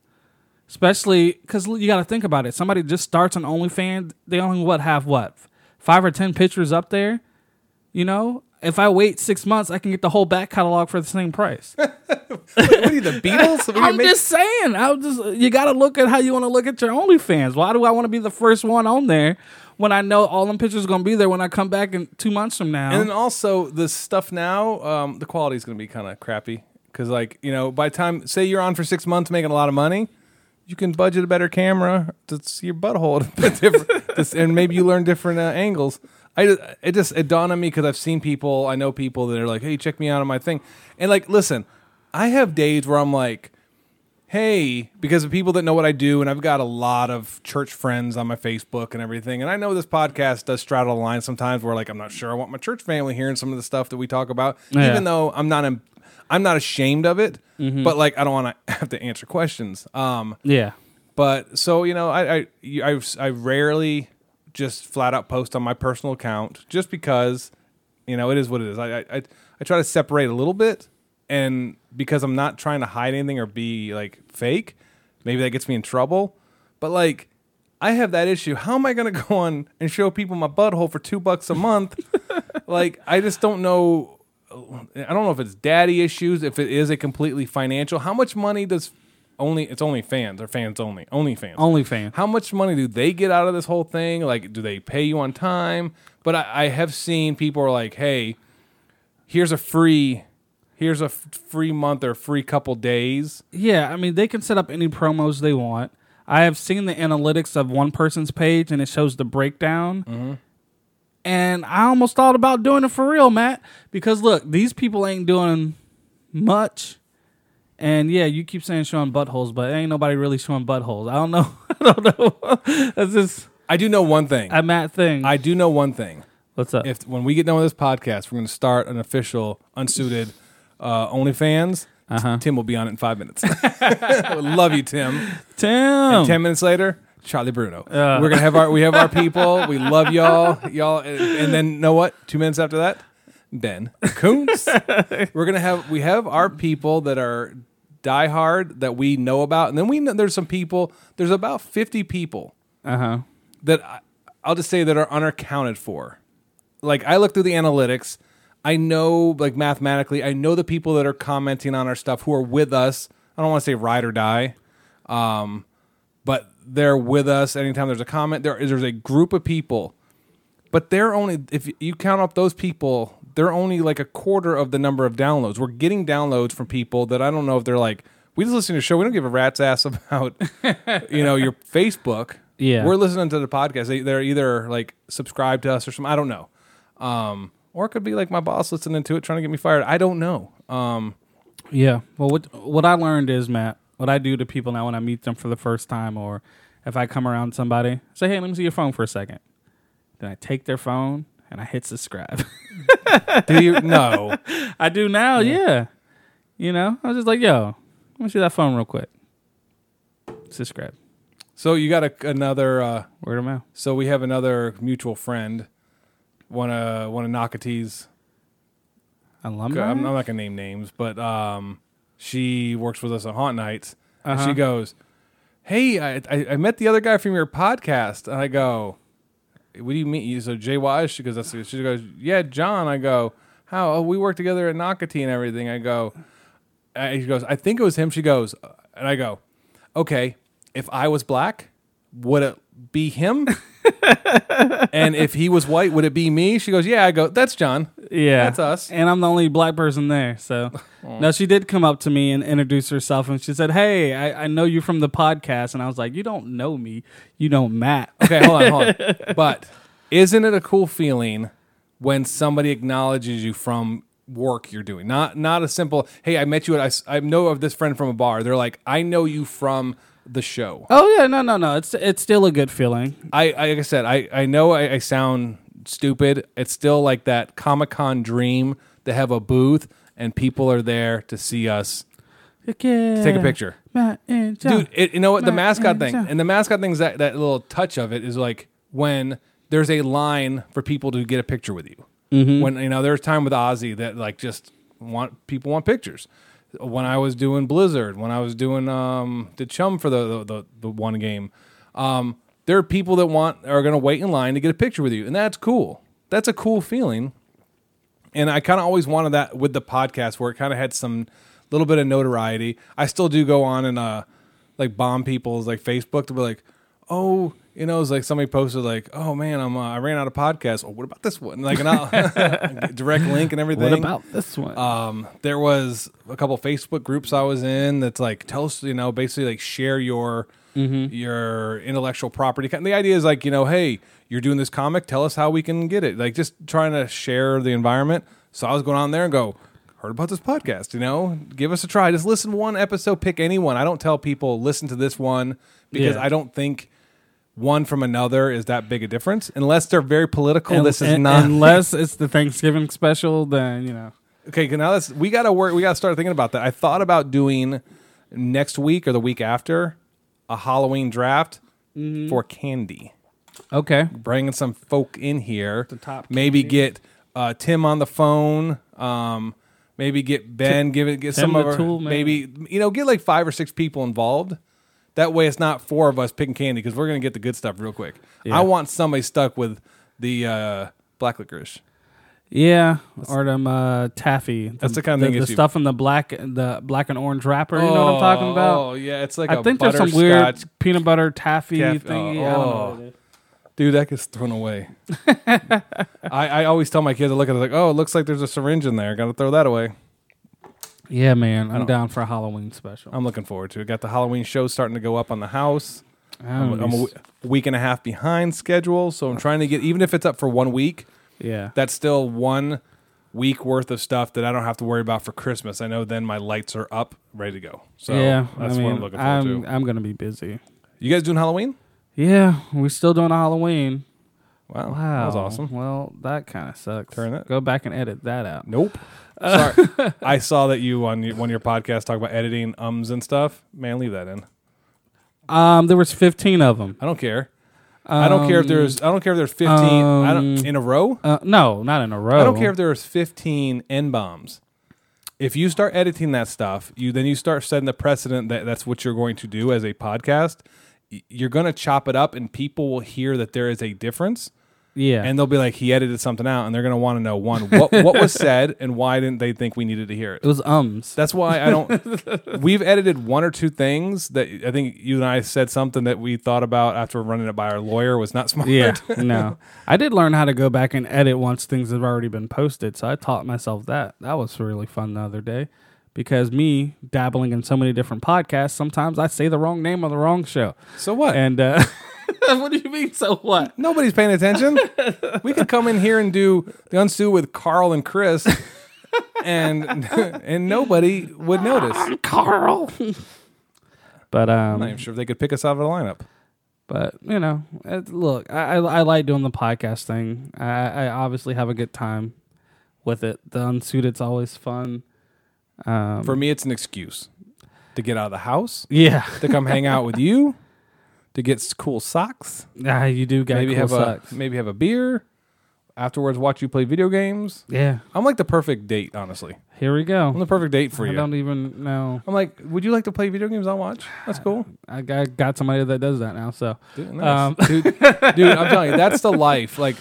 Especially because you got to think about it. Somebody just starts on OnlyFans. They only what have what five or ten pictures up there. You know, if I wait six months, I can get the whole back catalog for the (laughs) same price. what are you, the Beatles? (laughs) We I'm make- just saying. I was just you got to look at how you want to look at your OnlyFans. Why do I want to be the first one on there when I know all them pictures gonna be there when I come back in two months from now? And then also the stuff now, um, the quality is going to be kind of crappy because, like, you know, by the time say you're on for six months making a lot of money, you can budget a better camera to see your butthole a bit (laughs) different, this- and maybe you learn different uh, angles. I ju- it just it dawned on me because I've seen people, I know people that are like, hey, check me out on my thing, and like, listen, I have days where I'm like hey, because of people that know what I do, and I've got a lot of church friends on my Facebook and everything, and I know this podcast does straddle the line sometimes where like I'm not sure I want my church family hearing some of the stuff that we talk about, Yeah. even though I'm not em- I'm not ashamed of it, but like I don't want to (laughs) have to answer questions. Um, yeah. but so you know, I I you- I, I rarely just flat out post on my personal account just because you know it is what it is. I I I- I try to separate a little bit, and because I'm not trying to hide anything or be like fake, maybe that gets me in trouble. But like. I have that issue. How am I going to (laughs) go on and show people my butthole for two bucks a month? like, I just don't know. I don't know if it's daddy issues, if it is a completely financial. How much money does only it's only fans or fans only only fans OnlyFans. How much money do they get out of this whole thing? Like, do they pay you on time? But I, I have seen people are like, hey, here's a free, here's a f- free month or free couple days. Yeah, I mean they can set up any promos they want. I have seen the analytics of one person's page and it shows the breakdown. Mm-hmm. And I almost thought about doing it for real, Matt, because look, these people ain't doing much. And yeah, you keep saying showing buttholes, but ain't nobody really showing buttholes. (laughs) I don't know. (laughs) I don't know. That's just I do know one thing. a Matt thing. I do know one thing. What's up? if when we get done with this podcast, we're going to start an official unsuited uh, OnlyFans. Tim will be on it in five minutes. (laughs) Love you, Tim. Tim. Ten minutes later, Charlie Bruno. We're gonna have our we have our people. We love y'all, y'all, and, and then know what? Two minutes after that, Ben Coons. We're gonna have we have our people that are diehard that we know about, and then we know there's some people. There's about fifty people Uh huh. that I, I'll just say that are unaccounted for. Like I look through the analytics, I know like mathematically, I know the people that are commenting on our stuff who are with us. I don't want to say ride or die, um, but they're with us anytime there's a comment. There, there's a group of people, but they're only if you count up those people, they're only like a quarter of the number of downloads. We're getting downloads from people that I don't know if they're like. We just listen to your show. We don't give a rat's ass about, you know, your Facebook. Yeah. we're listening to the podcast. They, they're either like subscribed to us or something. I don't know. Um, or it could be like my boss listening to it, trying to get me fired. I don't know. Um, Yeah. Well, what what I learned is Matt. What I do to people now when I meet them for the first time, or if I come around somebody, I say, "Hey, let me see your phone for a second. Then I take their phone and I hit subscribe. (laughs) do you? No. I do now. Yeah. You know, I was just like, "Yo, let me see that phone real quick. Subscribe. So you got a, another. Uh, Word of mouth. so we have another mutual friend. One of one of Nakatee's. Alumni. I'm, I'm not gonna name names, but um, she works with us on Haunt Nights, and she goes, "Hey, I, I I met the other guy from your podcast," and I go, "What do you mean?" You so JY? She goes, "That's she goes, yeah, John." I go, "How? Oh, we work together at Nakati and everything." I go, I, she goes, "I think it was him." She goes, uh, and I go, "Okay, if I was black, would it be him?" and if he was white, would it be me? She goes, "Yeah." I go, "That's John." Yeah. That's us. Oh. And I'm the only black person there. (laughs) So, no, she did come up to me and introduce herself and she said, Hey, I, I know you from the podcast. And I was like, You don't know me. You know Matt. (laughs) Okay, hold on, hold on. But isn't it a cool feeling when somebody acknowledges you from work you're doing? Not not a simple, hey, I met you at I s- I, know of this friend from a bar. They're like, I know you from the show. oh, yeah. No, no, no. It's, it's still a good feeling. I, I like I said, I, I know I, I sound stupid. It's still like that Comic Con dream to have a booth and people are there to see us Yeah. take a picture. Matt and John. dude it, you know what the Matt mascot and thing John. and the mascot thing's that, that little touch of it is like when there's a line for people to get a picture with you when you know there's time with ozzy that like just want people want pictures when i was doing blizzard when i was doing um the chum for the the, the, the one game um there are people that want are going to wait in line to get a picture with you and that's cool that's a cool feeling and I kind of always wanted that with the podcast where it kind of had some little bit of notoriety. I still do go on and uh like bomb people's like Facebook to be like, oh, you know, it's like somebody posted like, oh man, I'm uh, I ran out of podcasts. Oh, what about this one? Like, and I'll (laughs) direct link and everything. What about this one? Um, there was a couple Facebook groups I was in that's like tell us, you know, basically like share your your intellectual property. And the idea is like, you know, hey, you're doing this comic, tell us how we can get it. Like just trying to share the environment. So I was going on there and go, heard about this podcast, you know, give us a try. Just listen to one episode, pick any one. I don't tell people listen to this one because Yeah. I don't think one from another is that big a difference unless they're very political. Un- this is un- not Unless it's the Thanksgiving special, then, you know. Okay, 'cause now that's we gotta work. We gotta start thinking about that. I thought about doing next week or the week after a Halloween draft Mm-hmm. for candy, Okay. bringing some folk in here. The top maybe get uh, Tim on the phone. Um, maybe get Ben. give it get Tim some of the our, Tool Man. maybe you know get like five or six people involved. That way, it's not four of us picking candy because we're gonna get the good stuff real quick. I want somebody stuck with the uh, black licorice. Yeah, or them uh, taffy. That's the kind of thing the, gets the you- stuff in the black, the black and orange wrapper. You know what I'm talking about? Oh yeah, it's like I a think there's some weird butterscotch peanut butter taffy Taff- thing. oh, I don't know oh. what it is. Dude, that gets thrown away. (laughs) I, I always tell my kids, I look at it like, oh, it looks like there's a syringe in there. Gotta throw that away. Yeah, man, I'm down for a Halloween special. I'm looking forward to it. Got the Halloween show starting to go up on the house. I'm, I'm, I'm a w- week and a half behind schedule, so I'm trying to get, even if it's up for one week, yeah, that's still one week worth of stuff that I don't have to worry about for Christmas. I know then my lights are up, ready to go. So yeah. that's I mean, what I'm looking forward I'm, to. I'm gonna be busy. You guys doing Halloween? Yeah, we're still doing a Halloween. Wow, Wow. that was awesome. Oh, Well, that kind of sucks. Turn it. Go back and edit that out. Nope. Sorry, I saw that you on your- one of your podcasts talk about editing ums and stuff. Man, leave that in. Um, there was 15 of them. I don't care. I don't care if there's. I don't care if there's fifteen. I don't in a row. Uh, no, not in a row. I don't care if there's fifteen n bombs. If you start editing that stuff, you then you start setting the precedent that that's what you're going to do as a podcast. Y- You're going to chop it up, and people will hear that there is a difference, Yeah. and they'll be like, "He edited something out," and they're going to want to know one what what was said and why didn't they think we needed to hear it. it was ums. That's why I don't. we've edited one or two things that I think you and I said something that we thought about after running it by our lawyer was not (laughs) smart. (laughs) yeah. no. I did learn how to go back and edit once things have already been posted. So I taught myself that. That was really fun the other day because me dabbling in so many different podcasts, sometimes I say the wrong name on the wrong show. So what? And uh, (laughs) what do you mean? So what? Nobody's paying attention. we could come in here and do the unsue with Carl and Chris, and (laughs) and nobody would notice. I'm Carl. (laughs) but um, not even sure if they could pick us out of the lineup. but you know, it, look, I, I I like doing the podcast thing. I, I obviously have a good time with it. The unsuited's always fun. Um, For me, it's an excuse to get out of the house, Yeah, to come hang out with you, to get s- cool socks. ah, you do get maybe cool have socks. a maybe have a beer afterwards watch you play video games yeah. i'm like the perfect date honestly Here we i'm the go. perfect date for I you don't even know. i'm like would you like to play video games i'll watch that's cool I got, I got somebody that does that now. So dude, Um, nice. dude, dude i'm telling you that's the life like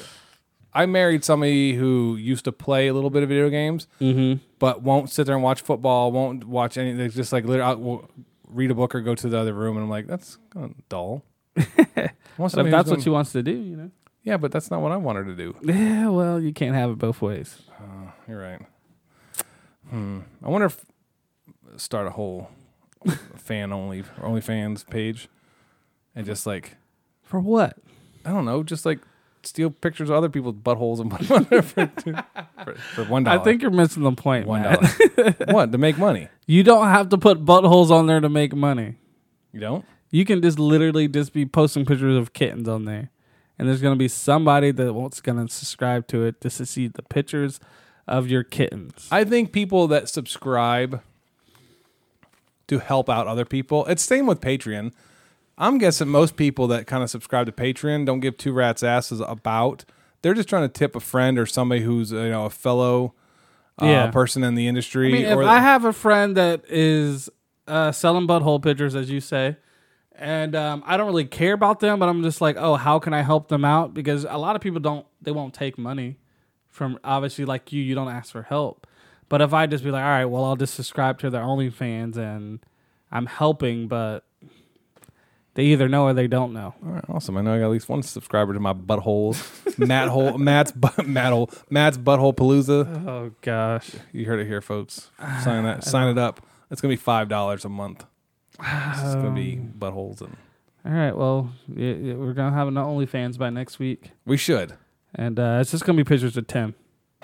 i married somebody who used to play a little bit of video games Mm-hmm. but won't sit there and watch football won't watch anything It's just like literally I'll, will read a book or go to the other room and i'm like that's kind of (laughs) dull I want but somebody if who's that's what gonna- she wants to do, you know. yeah but that's not what i want her to do Yeah, well, you can't have it both ways. You're right. Hmm. I wonder if start a whole (laughs) fan only OnlyFans page and just like For what? I don't know, just like steal pictures of other people's buttholes and put them on there for, two, for, for one I dollar. think you're missing the point. one Matt. dollar. what to make money? (laughs) You don't have to put buttholes on there to make money. You don't. You can just literally just be posting pictures of kittens on there, and there's gonna be somebody that wants gonna subscribe to it just to see the pictures of your kittens. I think people that subscribe to help out other people. It's same with Patreon. I'm guessing most people that kind of subscribe to Patreon don't give two rats asses about. They're just trying to tip a friend or somebody who's you know a fellow uh, Yeah. person in the industry. I mean, if or I have a friend that is uh, selling butthole pictures, as you say, and um, I don't really care about them, but I'm just like, oh, how can I help them out? Because a lot of people don't, they won't take money from obviously like you, you don't ask for help. But if I just be like, all right, well, I'll just subscribe to their OnlyFans and I'm helping, but they either know or they don't know. All right, awesome. I know I got at least one subscriber to my buttholes. Matt hole, Matt's butt, Matt hole, Matt's butthole palooza. Oh gosh, You heard it here, folks. Sign (sighs) that. Sign it up. It's gonna be five dollars a month. It's gonna be Um, buttholes, and all right, well, y y- we're gonna have an OnlyFans by next week, we should. and uh, it's just gonna be pictures of Tim. (laughs)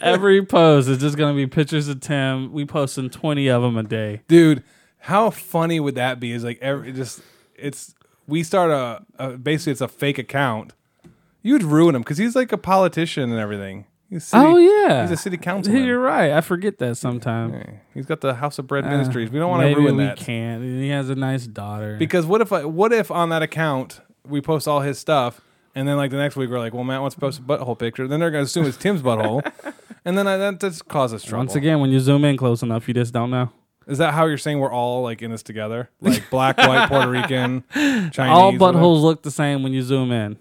Every post is just gonna be pictures of Tim. We posting twenty of them a day. dude how funny would that be is like every it just it's we start a, a basically it's a fake account you would ruin him because he's like a politician and everything he's city, oh yeah, he's a (laughs) city councilman You're right. I forget that sometimes. he's got the house of bread ministries we don't want to Maybe ruin we that can't. He has a nice daughter. because what if I, what if on that account we post all his stuff and then like the next week we're like well matt wants to post a butthole picture then they're gonna assume it's tim's (laughs) butthole and then I, that just causes trouble Once again, when you zoom in close enough, you just don't know. is that how you're saying we're all like in this together like black white puerto rican chinese (laughs) All whatever? buttholes look the same when you zoom in.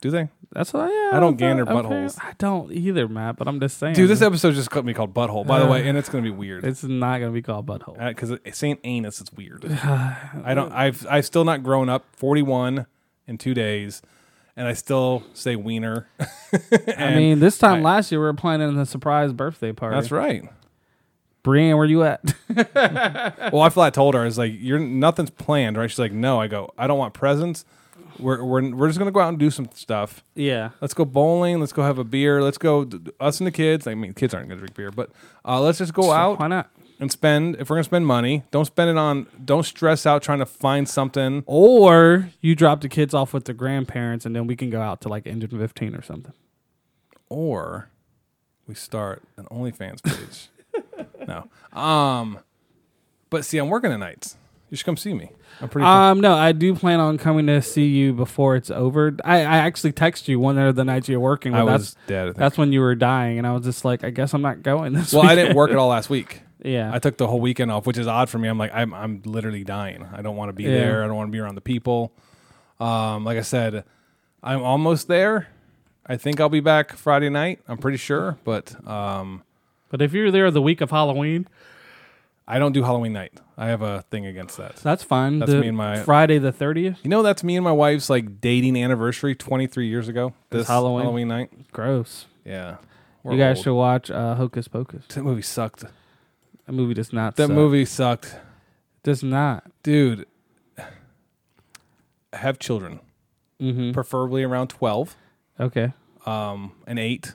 do they That's what. Yeah, I don't that's gander what- buttholes. I don't either, Matt. But I'm just saying, Dude, this episode just called me called butthole, by the way, and it's gonna be weird Uh, it's not gonna be called butthole. because saying anus is weird. (sighs) I don't. I've I've still not grown up. Forty one in two days, and I still say wiener. I mean, this time last year we were planning a surprise birthday party. That's right. Brian, where you at? (laughs) Well, I flat told her I was like, "You're nothing's planned, right?" She's like, "No." I go, "I don't want presents. We're we're we're just gonna go out and do some stuff." yeah. Let's go bowling. Let's go have a beer. Let's go, us and the kids. I mean, kids aren't going to drink beer, but uh, let's just go out. Why not? and and spend. If we're gonna spend money, don't spend it on. Don't stress out trying to find something. Or you drop the kids off with their grandparents and then we can go out to like end of 15 or something. Or we start an OnlyFans (laughs) page. no, um, but see, I'm working at nights. You should come see me. I'm pretty. Um, no, I do plan on coming to see you before it's over. I, I actually text you one of the nights you're working. I Well, that's, was dead, I think. That's when you were dying, and I was just like, I guess I'm not going this. well, I didn't weekend. work at all last week. (laughs) Yeah. I took the whole weekend off, which is odd for me. I'm like, I'm I'm literally dying. I don't want to be there. I don't want to be around the people. Um, like I said, I'm almost there. I think I'll be back Friday night. I'm pretty sure, but um, but if you're there the week of Halloween, I don't do Halloween night. I have a thing against that. that's fine. That's The me and my- Friday the 30th. you know, that's me and my wife's like dating anniversary 23 years ago. This Halloween? night. Gross. Yeah. you guys should watch uh, Hocus Pocus. That movie sucked. That movie does not. That suck. movie sucked. does not. dude have children Mm-hmm. preferably around 12 Okay. an 8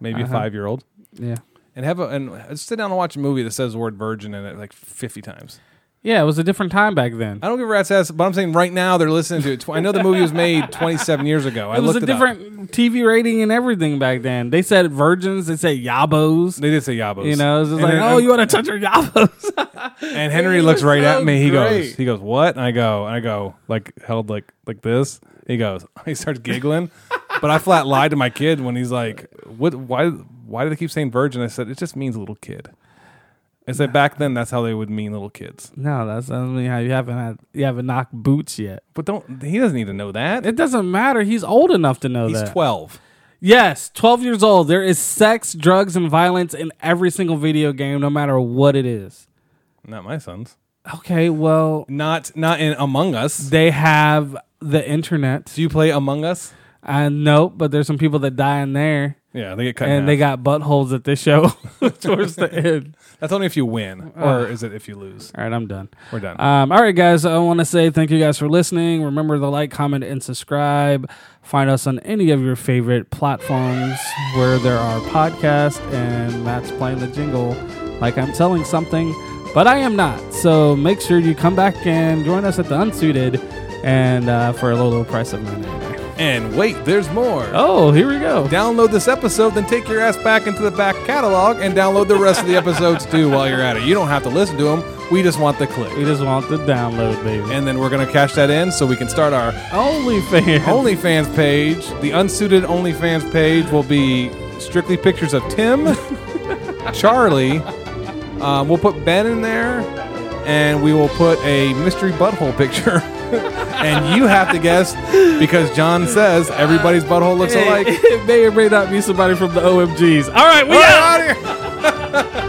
maybe Uh-huh. a 5 year old Yeah. and have a and sit down and watch a movie that says the word virgin in it like 50 times Yeah, it was a different time back then. i don't give a rat's ass but i'm saying right now they're listening to it Tw- i know the movie was made 27 years ago i It was a looked it up. different TV rating and everything back then. They said virgins. They said yabos. they did say yabos You know, it's And just like, then- oh, you want to touch your yabos? (laughs) and henry looks right so at me he goes great. he goes what and i go and i go like held like like this he goes (laughs) he starts giggling but i flat lied to my kid when he's like what why why do they keep saying virgin i said it just means little kid i said back then that's how they would mean little kids no, that's I mean, how you haven't had you haven't knocked boots yet. but don't he doesn't need to know that It doesn't matter. He's old enough to know he's that. 12 Yes, 12 years old. There is sex, drugs, and violence in every single video game, no matter what it is. not my sons Okay, well, not not in among us they have the internet. do you play among us I know, but there's some people that die in there, yeah they get cut in and they half. got buttholes that they show (laughs) towards the end. that's only if you win or is it if you lose All right, I'm done. We're done. Um, all right, guys. I want to say thank you guys for listening. Remember to like, comment, and subscribe. Find us on any of your favorite platforms where there are podcasts. And Matt's playing the jingle like I'm selling something, but I am not. So make sure you come back and join us at the Unsuited and uh, for a low, low price of money. and wait there's more Oh, here we go. Download this episode, then take your ass back into the back catalog and download the rest of the episodes too while you're at it. You don't have to listen to them. We just want the We clip. just want the download, baby. And then we're going to cash that in so we can start our OnlyFans. (laughs) OnlyFans page. The unsuited OnlyFans page will be strictly pictures of Tim, (laughs) Charlie. Um, we'll put Ben in there, and we will put a mystery butthole picture. (laughs) and you have to guess because John says everybody's butthole (laughs) looks alike. it may or may not be somebody from the OMGs. All right, we We're out. outta here.